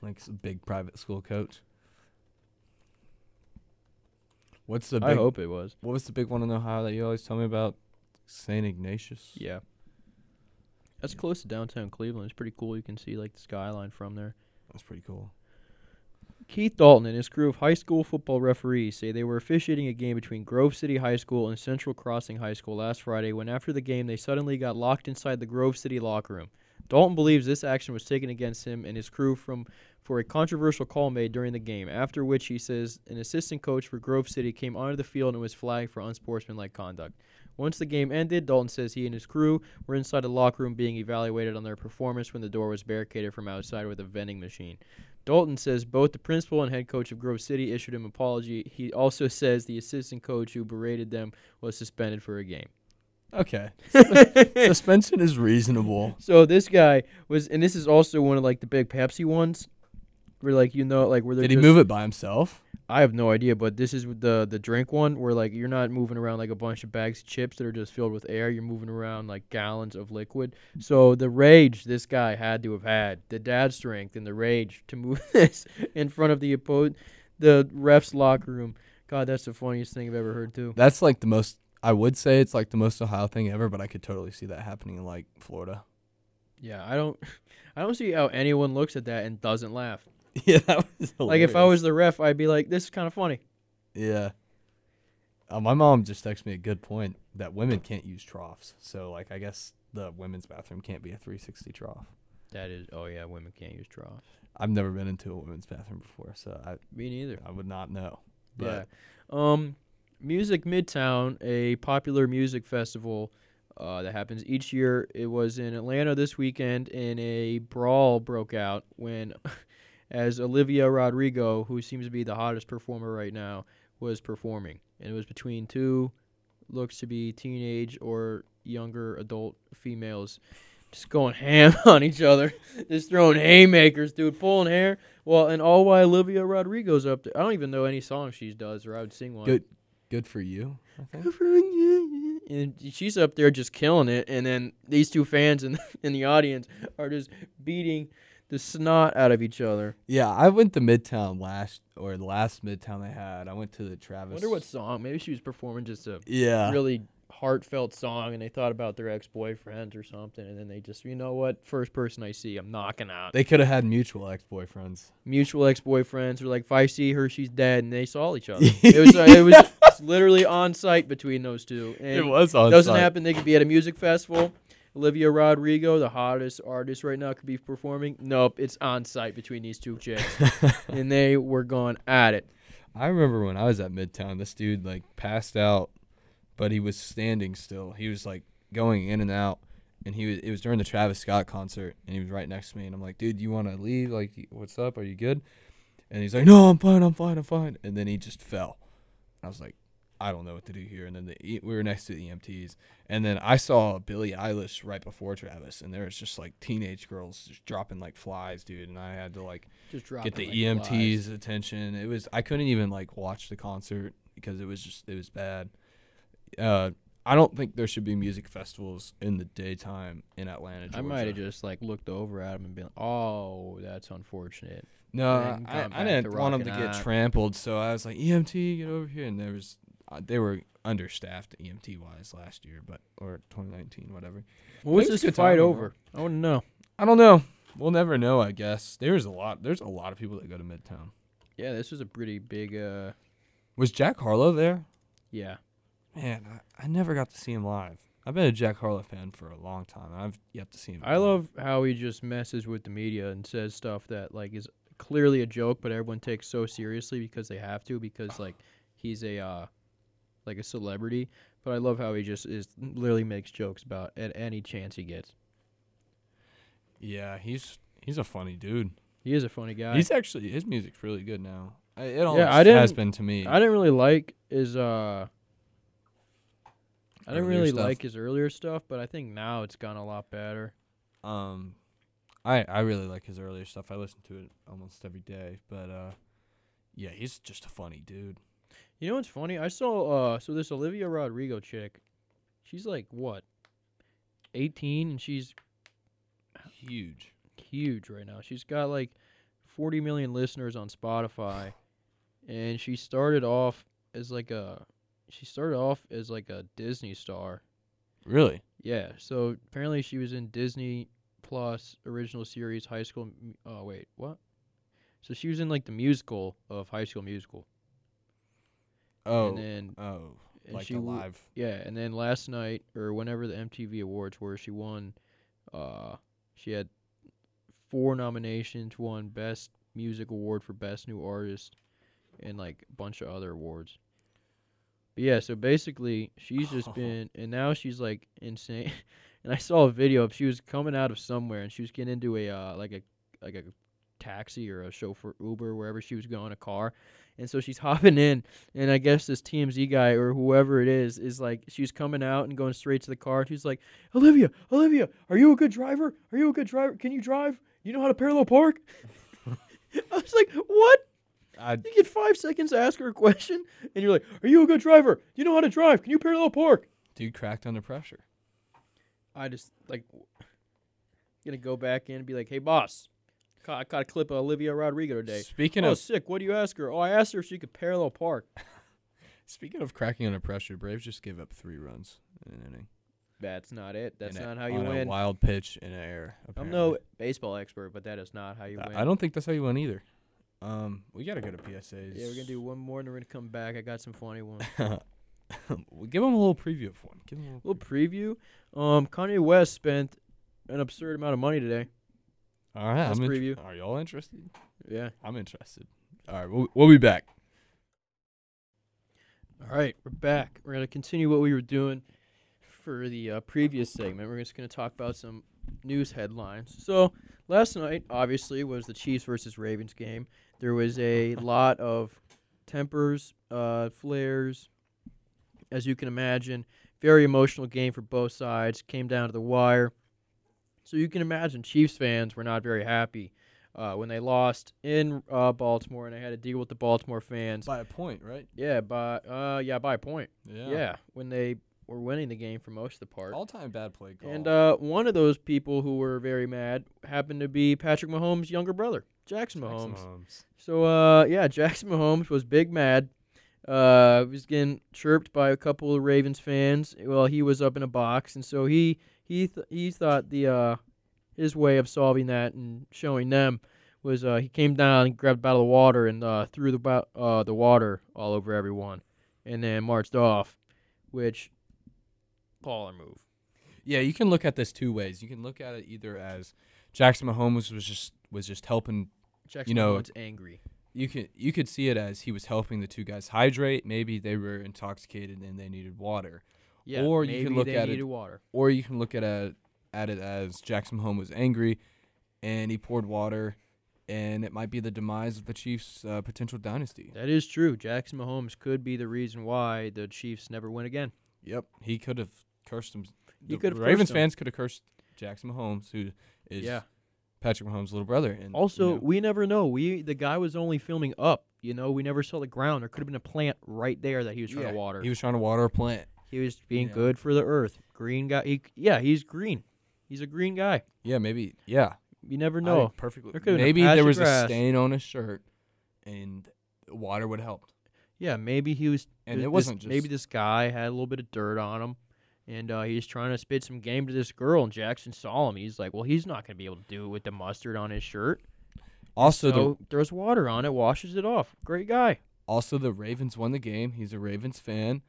like s- big private school coach. What's the big, I hope it was. what was the big one in Ohio that you always tell me about? St. Ignatius. Yeah. That's close to downtown Cleveland. It's pretty cool. You can see like the skyline from there. That's pretty cool. Keith Dalton and his crew of high school football referees say they were officiating a game between Grove City High School and Central Crossing High School last Friday when, after the game, they suddenly got locked inside the Grove City locker room. Dalton believes this action was taken against him and his crew from for a controversial call made during the game, after which he says an assistant coach for Grove City came onto the field and was flagged for unsportsmanlike conduct. Once the game ended, Dalton says he and his crew were inside the locker room being evaluated on their performance when the door was barricaded from outside with a vending machine. Dalton says both the principal and head coach of Grove City issued him an apology. He also says the assistant coach who berated them was suspended for a game. Okay. Suspension is reasonable. So this guy was, and this is also one of like the big Pepsi ones, where like you know, like where they're Did he just- move it by himself? I have no idea, but this is the the drink one where like you're not moving around like a bunch of bags of chips that are just filled with air. You're moving around like gallons of liquid. So the rage this guy had to have had, the dad strength and the rage to move this in front of the oppo- the refs locker room. God, that's the funniest thing I've ever heard too. That's like the most. I would say it's like the most Ohio thing ever, but I could totally see that happening in like Florida. Yeah, I don't, I don't see how anyone looks at that and doesn't laugh. yeah, that was Like if I was the ref, I'd be like, this is kind of funny. Yeah. Uh, my mom just texted me a good point that women can't use troughs. So like I guess the women's bathroom can't be a 360 trough. That is, oh yeah, women can't use troughs. I've never been into a women's bathroom before, so I Me neither. I would not know. But yeah. Um, Music Midtown, a popular music festival uh, that happens each year. It was in Atlanta this weekend, and a brawl broke out when, as Olivia Rodrigo, who seems to be the hottest performer right now, was performing, and it was between two, looks to be teenage or younger adult females. Just going ham on each other, just throwing haymakers, dude, pulling hair. Well, and all while Olivia Rodrigo's up there, I don't even know any song she does, or I would sing one. good good for you, I think. And she's up there just killing it, and then these two fans in in the audience are just beating the snot out of each other. Yeah, I went to Midtown last or the last Midtown they had. I went to the Travis. Wonder what song? Maybe she was performing just a Yeah. really heartfelt song, and they thought about their ex boyfriends or something, and then they just, you know what? First person I see, I'm knocking out. They could have had mutual ex-boyfriends. Mutual ex boyfriends were like, if I see her, she's dead, and they saw each other. it was uh, it was it's literally on site between those two. And was on doesn't happen. They could be at a music festival. Olivia Rodrigo, the hottest artist right now, could be performing. Nope, it's on site between these two chicks, and they were going at it. I remember when I was at Midtown, this dude like passed out, but he was standing still. He was like going in and out, and he was it was during the Travis Scott concert, and he was right next to me, and I'm like, dude, you want to leave? Like, y- what's up? Are you good? And he's like, no, I'm fine, I'm fine, I'm fine. And then he just fell. I was like, I don't know what to do here. And then the, E- we were next to the EMTs, and then I saw Billie Eilish right before Travis, and there was just like teenage girls just dropping like flies, dude, and I had to like Just dropping get the like EMT's flies. attention. It was I couldn't even like watch the concert because it was just it was bad. Uh, I don't think there should be music festivals in the daytime in Atlanta. Georgia. I might have just like looked over at him and been, "Oh, that's unfortunate." no. then I, gone back to I didn't want them to rocking get out. trampled, so I was like EMT, get over here. And there was uh, they were understaffed EMT wise last year, but or 2019, whatever. What was It was this a good fight time, though. over? I want to know. I don't know. We'll never know. I guess there's a lot. There's a lot of people that go to Midtown. Yeah, this was a pretty big. uh Was Jack Harlow there? Yeah, Man, I, I never got to see him live. I've been a Jack Harlow fan for a long time. and I've yet to see him. I live. love how he just messes with the media and says stuff that like is clearly a joke, but everyone takes so seriously because they have to because like he's a uh, like a celebrity, but I love how he just is literally makes jokes about at any chance he gets. Yeah, he's he's a funny dude. He is a funny guy. He's actually his music's really good now. I, it almost I didn't- has been to me. I didn't really like his uh I didn't Earlier really stuff. like his earlier stuff, but I think now it's gone a lot better. um, I I really like his earlier stuff. I listen to it almost every day. But uh, yeah, he's just a funny dude. You know what's funny? I saw uh so this Olivia Rodrigo chick. She's like what? 18 and she's Huge. huge right now. She's got like 40 million listeners on Spotify and she started off as like a she started off as like a Disney star Really? Yeah. So apparently she was in Disney Plus original series High School. M- Oh wait, what? So she was in like the musical of High School Musical, Oh. and then oh. and Like she the w- live. yeah, and then last night or whenever the MTV Awards were, she won. Uh, she had four nominations, won Best Music Award for Best New Artist, and like a bunch of other awards. But yeah, so basically she's just been, and now she's like insane. and I saw a video of she was coming out of somewhere, and she was getting into a uh, like a like a taxi or a chauffeur Uber wherever she was going a car, and so she's hopping in, and I guess this TMZ guy or whoever it is is like she's coming out and going straight to the car. And she's like, "Olivia, Olivia, are you a good driver? Are you a good driver? Can you drive? You know how to parallel park?" I was like, "What? I You get five seconds to ask her a question, and you're like, "Are you a good driver? Do you know how to drive? Can you parallel park?" dude cracked under pressure. I just like gonna go back in and be like, "Hey, boss." ca- I caught a clip of Olivia Rodrigo today. Speaking oh, of sick. What do you ask her? Oh, I asked her if she could parallel park. speaking of cracking under pressure, Braves just gave up three runs in an inning. That's not it. That's In a- not how you on win. A wild pitch in the air. I'm Apparently. no baseball expert, but that is not how you win. I- I don't think that's how you win either. Um, we gotta go to PSAs. Yeah, we're gonna do one more and we're gonna come back. I got some funny ones. Well, give them a little preview of one. Give 'em a little. little preview. Um, Kanye West spent an absurd amount of money today. All right, Let's I'm int- preview. Are y'all interested? Yeah. I'm interested. All right, we'll, we'll be back. All right, we're back. We're gonna continue what we were doing for the uh, previous segment. We're just gonna talk about some news headlines. So last night, obviously, was the Chiefs versus Ravens game. There was a lot of tempers, uh, flares, as you can imagine. Very emotional game for both sides. Came down to the wire. So you can imagine Chiefs fans were not very happy uh, when they lost in uh, Baltimore, and they had to deal with the Baltimore fans. By a point, right? Yeah, by uh, yeah, by a point. Yeah. Yeah. when they were winning the game for most of the part. All time bad play call. And uh, one of those people who were very mad happened to be Patrick Mahomes' younger brother, Jackson Mahomes. So uh, yeah, Jackson Mahomes was big mad. Uh, he was getting chirped by a couple of Ravens fans while he was up in a box, and so he he th- he thought the uh, his way of solving that and showing them was uh, he came down and grabbed a bottle of water and uh, threw the bo- uh, the water all over everyone, and then marched off, which baller move. Yeah, you can look at this two ways. You can look at it either as Jackson Mahomes was just was just helping. Jackson You know- Mahomes angry. You can you could see it as he was helping the two guys hydrate. Maybe they were intoxicated and they needed water. Yeah, Or you maybe can look they at it- needed water. Or you can look at it, at it as Jackson Mahomes was angry, and he poured water, and it might be the demise of the Chiefs' uh, potential dynasty. That is true. Jackson Mahomes could be the reason why the Chiefs never win again. Yep, he could have cursed him. He the could have cursed Ravens him. fans could have cursed Jackson Mahomes, who is Yeah. Patrick Mahomes' little brother. And Also, you know, we never know. We the guy was only filming up. You know, we never saw the ground. There could have been a plant right there that he was trying yeah, to water. He was trying to water a plant. He was being Yeah. good for the earth. Green guy. He, yeah, he's green. He's a green guy. Yeah, maybe. Yeah, You never I know. perfectly. There could've been a Maybe patch there of was grass. a stain on his shirt, and water would help. yeah, maybe he was. And th- it this- wasn't just maybe this guy had a little bit of dirt on him, and uh, he's trying to spit some game to this girl. And Jackson saw him. He's like, "Well, he's not going to be able to do it with the mustard on his shirt." also So, the throws water on it, washes it off. Great guy. Also, the Ravens won the game. He's a Ravens fan.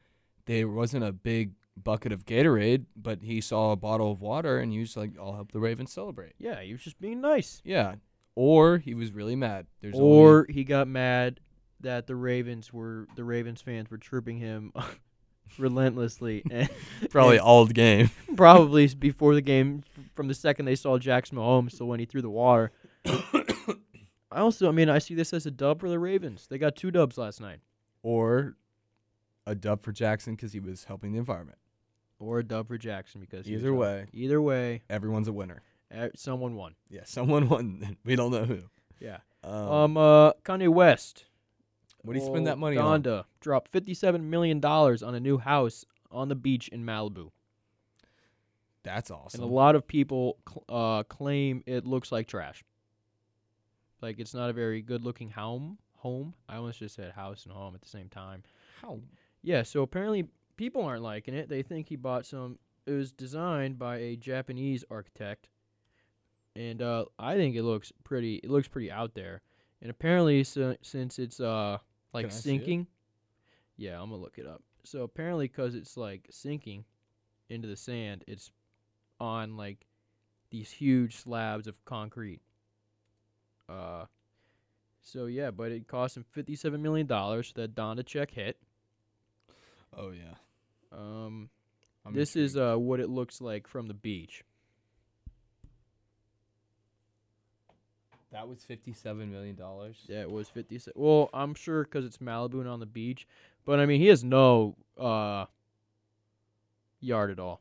There wasn't a big bucket of Gatorade, but he saw a bottle of water and he was like, I'll help the Ravens celebrate. Yeah, he was just being nice. Yeah. Or he was really mad. There's only- or he got mad that the Ravens were the Ravens fans were chirping him relentlessly and Probably all game. probably s- before the game f- from the second they saw Jackson Mahomes to when he threw the water. I also, I mean, I see this as a dub for the Ravens. They got two dubs last night, or a dub for Jackson because he was helping the environment. or a dub for Jackson because he was Either up. way, either way, everyone's a winner. eh, someone won. Yeah, someone won. we don't know who. Yeah. Um, Um, uh, Kanye West. what do you old spend that money on? Donda dropped fifty-seven million dollars on a new house on the beach in Malibu, That's and awesome. a lot of people cl- uh, claim it looks like trash. Like it's not a very good-looking home. Home. I almost just said house and home at the same time. How? Yeah, so apparently people aren't liking it. They think he bought some. It was designed by a Japanese architect, and uh, I think it looks pretty. It looks pretty out there. And apparently, si- since it's uh like Can I see it? sinking, yeah, I'm gonna look it up. So apparently, because it's like sinking into the sand, it's on like these huge slabs of concrete. Uh, so yeah, but it cost him fifty-seven million dollars. That Donda check hit. Oh yeah. Um, I'm this is intrigued. uh, what it looks like from the beach. That was fifty-seven million dollars. Yeah, it was 56. Well, I'm sure because it's Malibu and on the beach, but I mean, he has no uh yard at all.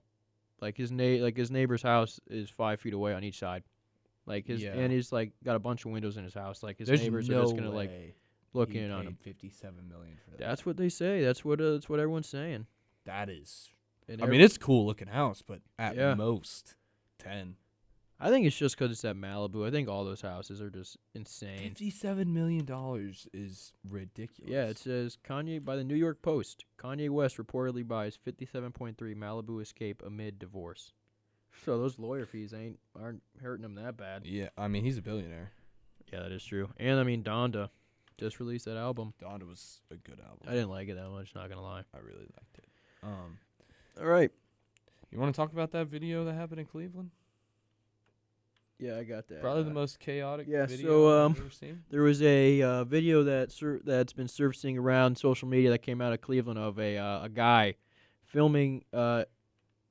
Like his na- like his neighbor's house is five feet away on each side. Like his Yeah. and he's like got a bunch of windows in his house. Like his There's neighbors no are just gonna like way look he in on paid him. Fifty-seven million for that. That's what they say. That's what uh, that's what everyone's saying. that is. And I every- mean, it's cool looking house, but at Yeah. most ten. I think it's just because it's at Malibu. I think all those houses are just insane. Fifty-seven million dollars is ridiculous. Yeah, it says Kanye by the New York Post. Kanye West reportedly buys 57.3 Malibu escape amid divorce. So those lawyer fees ain't aren't hurting him that bad. Yeah, I mean he's a billionaire. Yeah, that is true. And I mean Donda just released that album. Donda was a good album. I didn't like it that much, not gonna lie. I really liked it. Um, All right. you want to talk about that video that happened in Cleveland? Yeah, I got that. Uh, Probably the most chaotic yeah, video so, I've um, ever seen. There was a uh, video that sur- that's been surfacing around social media that came out of Cleveland of a uh, a guy filming uh,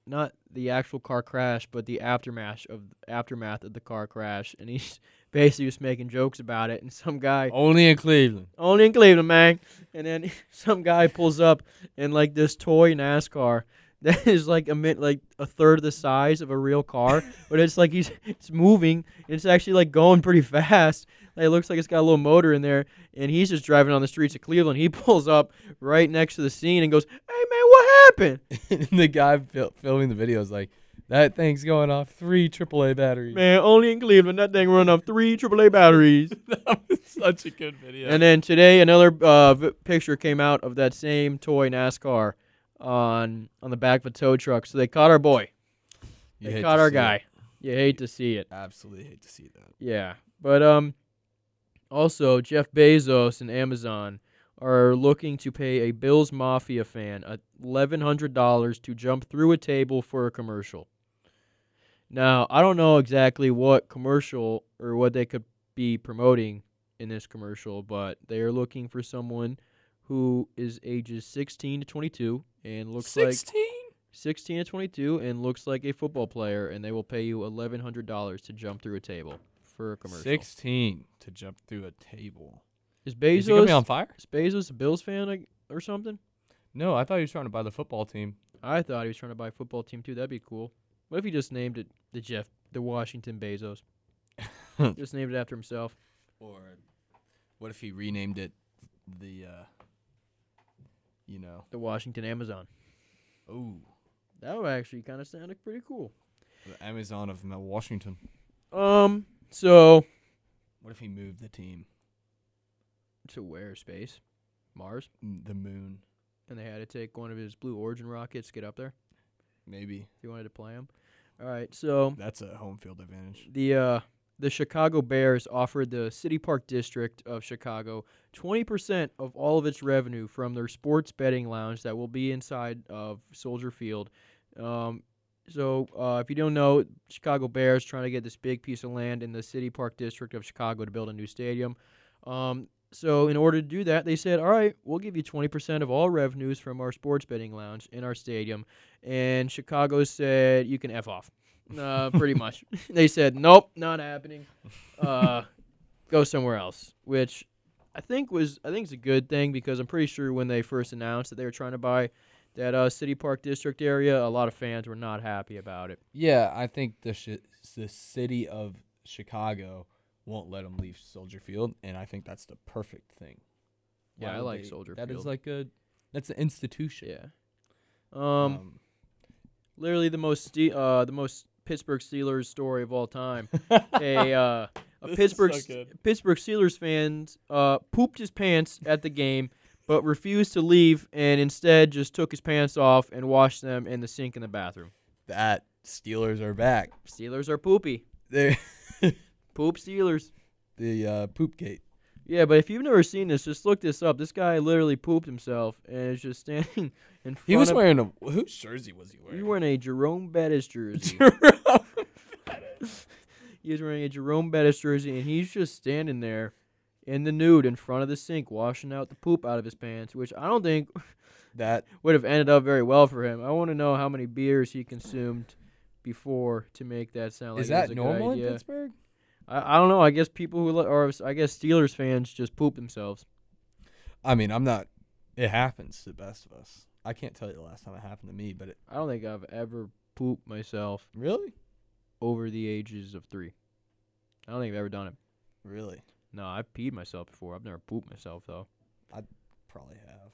not the actual car crash, but the aftermath of aftermath of the car crash, and he's basically just making jokes about it. And some guy Only in Cleveland. only in Cleveland, man, and then some guy pulls up in like this toy NASCAR. That is like a min- like a third of the size of a real car, but it's like he's it's moving. And it's actually like going pretty fast. Like, it looks like it's got a little motor in there, and he's just driving on the streets of Cleveland. He pulls up right next to the scene and goes, "Hey man, what happened?" and the guy fil- filming the video is like, that thing's going off three AAA batteries. Man, only in Cleveland that thing run off three AAA batteries. Such a good video. And then today, another uh, v- picture came out of that same toy NASCAR on on the back of a tow truck. So they caught our boy. You they hate caught to our see guy. it. You hate to see it. Absolutely hate to see that. Yeah, but um, also Jeff Bezos and Amazon are looking to pay a Bills Mafia fan eleven hundred dollars to jump through a table for a commercial. Now I don't know exactly what commercial or what they could be promoting in this commercial, but they are looking for someone who is ages sixteen to twenty-two and looks like 16 to 22 and looks like a football player and they will pay you $1100 to jump through a table for a commercial. Sixteen to jump through a table. Is Is he gonna Bezos be on fire? is Bezos a Bills fan like, or something? No, I thought he was trying to buy the football team. I thought he was trying to buy a football team too. That'd be cool. What if he just named it the Jeff the Washington Bezos? just named it after himself. Or what if he renamed it the, uh, you know, The Washington Amazon. ooh, That would actually kind of sound pretty cool. the Amazon of Mel- Washington? Um so What if he moved the team, to where space? Mars N- the moon? and they had to take one of his Blue Origin rockets to get up there. Maybe If you wanted to play him. All right. So that's a home field advantage. the uh, the Chicago Bears offered the City Park District of Chicago 20% of all of its revenue from their sports betting lounge that will be inside of Soldier Field. Um, so, uh, if you don't know, Chicago Bears trying to get this big piece of land in the City Park District of Chicago to build a new stadium. Um, So, in order to do that, they said, all right, we'll give you 20% of all revenues from our sports betting lounge in our stadium. And Chicago said, you can F off. Uh, pretty much. They said, nope, not happening. Uh, go somewhere else, which I think was I think it's a good thing because I'm pretty sure when they first announced that they were trying to buy that uh, City Park District area, a lot of fans were not happy about it. Yeah, I think the shi the city of Chicago won't let them leave Soldier Field, and I think that's the perfect thing. Yeah, Why I would like they- Soldier That is Field. like a that's an institution. Yeah. um literally the most ste- uh, the most Pittsburgh Steelers story of all time. a uh, a is Pittsburgh so S- good. Pittsburgh Steelers fan uh, pooped his pants at the game, but refused to leave and instead just took his pants off and washed them in the sink in the bathroom. That Steelers are back. Steelers are poopy. They Poop Steelers. the uh, poop gate. Yeah, but if you've never seen this, just look this up. This guy literally pooped himself and is just standing in front He was of. wearing a whose jersey was he he wearing? was wearing a Jerome Bettis jersey. He's wearing a Jerome Bettis jersey, and he's just standing there in the nude in front of the sink, washing out the poop out of his pants, which I don't think that would have ended up very well for him. I want to know how many beers he consumed before to make that sound like is it was that a normal good in idea. Pittsburgh? I, I don't know. I guess people who li- or I guess Steelers fans just poop themselves. I mean, I'm not. It happens to the best of us. I can't tell you the last time it happened to me, but it I don't think I've ever pooped myself really, over the ages of three. I don't think I've ever done it. really, No, I've peed myself before. I've never pooped myself though. probably have.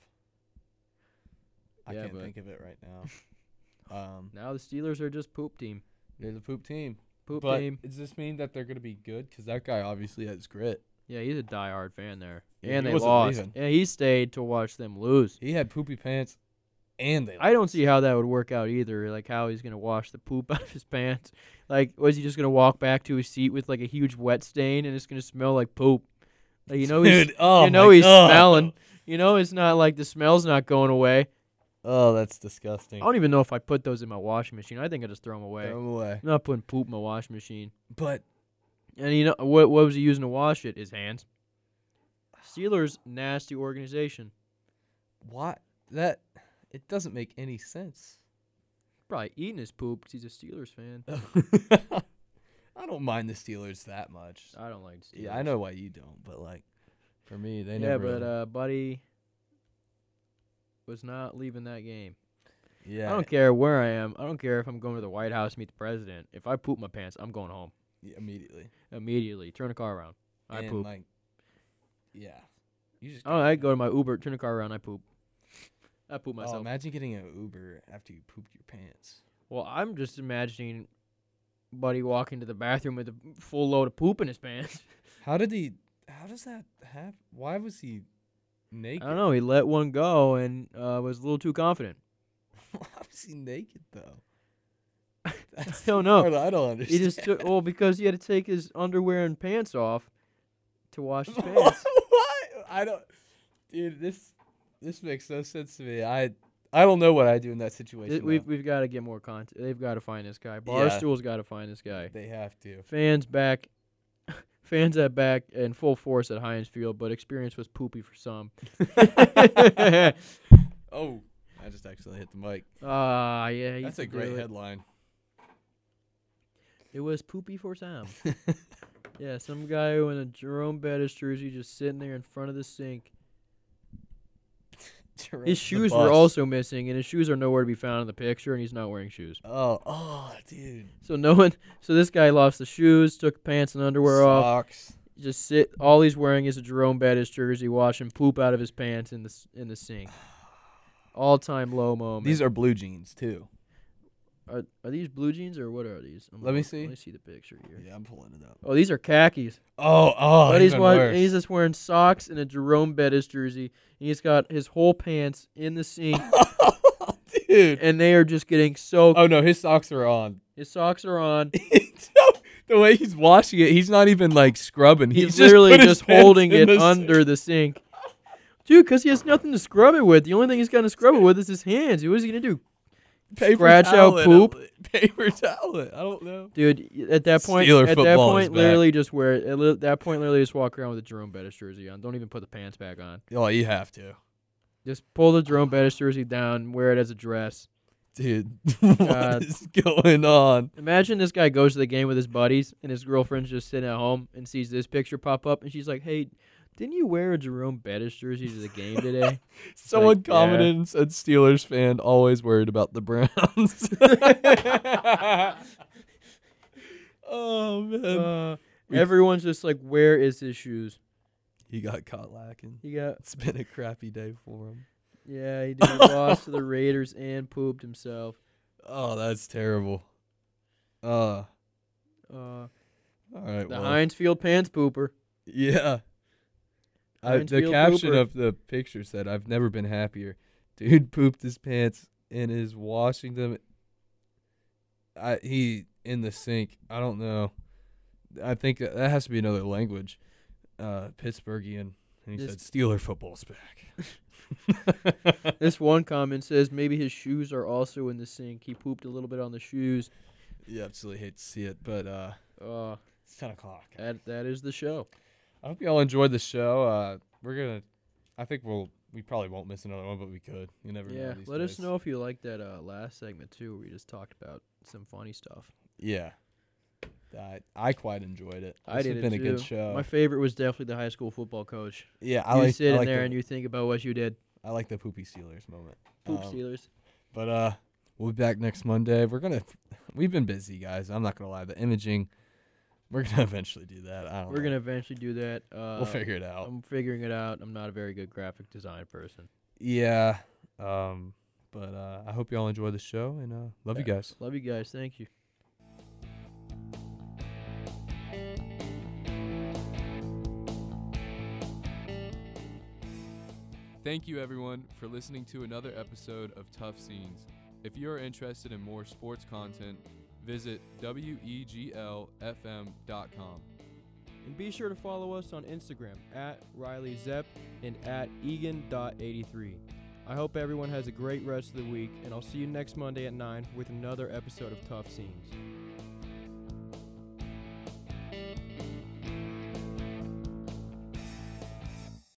I Yeah, can't but- think of it right now. um, Now the Steelers are just poop team. they're the poop team. Poop but team. does this mean that they're gonna be good? Because that guy obviously has grit. Yeah, he's a diehard fan there. Yeah, and he they wasn't lost. leaving. Yeah, he stayed to watch them lose. He had poopy pants, and they. I don't see how that would work out either. Like how he's gonna wash the poop out of his pants. Like was he just gonna walk back to his seat with like a huge wet stain and it's gonna smell like poop? Like you know he's Dude, oh you know my he's God. smelling. You know it's not like the smell's not going away. Oh, that's I disgusting. don't even know if I put those in my washing machine. I think I just throw them away. Throw 'em away. I'm not putting poop in my washing machine. But And you know what? What was he using to wash it? His hands. Steelers nasty organization. why that? It doesn't make any sense. Probably eating his poop 'cause he's a Steelers fan. I don't mind the Steelers that much. I don't like Steelers. Yeah, I know why you don't, but like for me, they yeah, never. but really- uh, Buddy was not leaving that game. yeah, I don't care where I am. I don't care if I'm going to the White House to meet the president. If I poop my pants, I'm going home yeah, immediately. immediately. Turn the car around. I And, poop. Like, yeah, you just. oh, I go to my Uber. Turn the car around. I poop. I poop oh, myself. imagine getting an Uber after you pooped your pants. Well, I'm just imagining Buddy walking to the bathroom with a full load of poop in his pants. How did he? How does that happen? Why was he naked? I don't know. He let one go and uh, was a little too confident. why was he naked though? That's don't the know. part I don't understand. He just took well because he had to take his underwear and pants off to wash his pants. What? I don't, dude. This this makes no sense to me. I I don't know what I do in that situation. Th- we've though. we've got to get more content. They've got to find this guy. Yeah. Barstool's got to find this guy. they have to. Fans back, fans at back in full force at Heinz Field, but experience was poopy for some. Ah, Oh, I just accidentally hit the mic. Ah, yeah, you That's a could do great it. headline. It was poopy for some. yeah, some guy in a Jerome Bettis jersey just sitting there in front of the sink. Jerome the His shoes were bus. also missing, and his shoes are nowhere to be found in the picture, and he's not wearing shoes. Oh, oh, dude. So no one. So this guy lost the shoes, took pants and underwear off. Socks. Just sit. All he's wearing is a Jerome Bettis jersey, washing poop out of his pants in the s- in the sink. All time low moment. These are blue jeans too. are are these blue jeans or what are these? I'm Let me look- see. Let me see the picture here. Yeah, I'm pulling it up. Oh, these are khakis. Oh, oh, but he's even wa- worse. he's just wearing socks and a Jerome Bettis jersey. And he's got his whole pants in the sink, dude. and they are just getting soaked. Oh no, his socks are on. His socks are on. the way he's washing it, he's not even like scrubbing. He's just literally put his just hands holding in it the sink. under the sink. Dude, because he has nothing to scrub it with. The only thing he's got to scrub it with is his hands. What is he going to do? Paper Scratch out towel it, poop? uh, Paper towel. it. I don't know. Dude, y- at that point, Steeler at that football is point, back. literally just wear it. At li- that point, literally just walk around with a Jerome Bettis jersey on. Don't even put the pants back on. Oh, you have to, Just pull the Jerome Bettis jersey down, wear it as a dress. dude. What is God. going on? Imagine this guy goes to the game with his buddies, and his girlfriend's just sitting at home and sees this picture pop up, and she's like, "Hey, didn't you wear a Jerome Bettis jersey to the game today?" Someone Like, yeah. commented and said Steelers fan always worried about the Browns. oh man, Uh, everyone's just like, "Where is his shoes?" he got caught lacking. He got It's been a crappy day for him. yeah, he did He lost to the Raiders and pooped himself. Oh, that's terrible. Uh, Uh, all right. the well, Heinz Field pants pooper. yeah. I, Heinz the Field caption pooper. of the picture said, "I've never been happier." Dude pooped his pants and is washing them. I he in the sink. I don't know. I think that, that has to be another language. Uh, Pittsburghian. And he Just- said, "Steeler football's back." This one comment says maybe his shoes are also in the sink. He pooped a little bit on the shoes. you absolutely hate to see it, but uh, Uh, it's ten o'clock. that that is the show. I hope y'all enjoyed the show. Uh, we're gonna. I think we'll. We probably won't miss another one, but we could. You never. know Yeah, these let us days. know if you liked that uh, last segment too. Where we just talked about some funny stuff. Yeah. I, I quite enjoyed it. I This did has it been a good too. show. My favorite was definitely the high school football coach. yeah, I You like. sit I in like there the, and you think about what you did. I like the poopy Steelers moment. Poop Um, Steelers. But uh, we'll be back next Monday. We're gonna. We've been busy, guys. I'm not gonna lie. The imaging. We're gonna eventually do that. I don't. We're know. gonna eventually do that. Uh, We'll figure it out. I'm figuring it out. I'm not a very good graphic design person. yeah. Um. But uh, I hope y'all enjoy the show and uh, love you guys. Love you guys. Thank you. Thank you, everyone, for listening to another episode of Tough Scenes. If you are interested in more sports content, visit E weglfm.com. And be sure to follow us on Instagram at Riley Zepp and at Egan.83. I hope everyone has a great rest of the week, and I'll see you next Monday at 9 with another episode of Tough Scenes.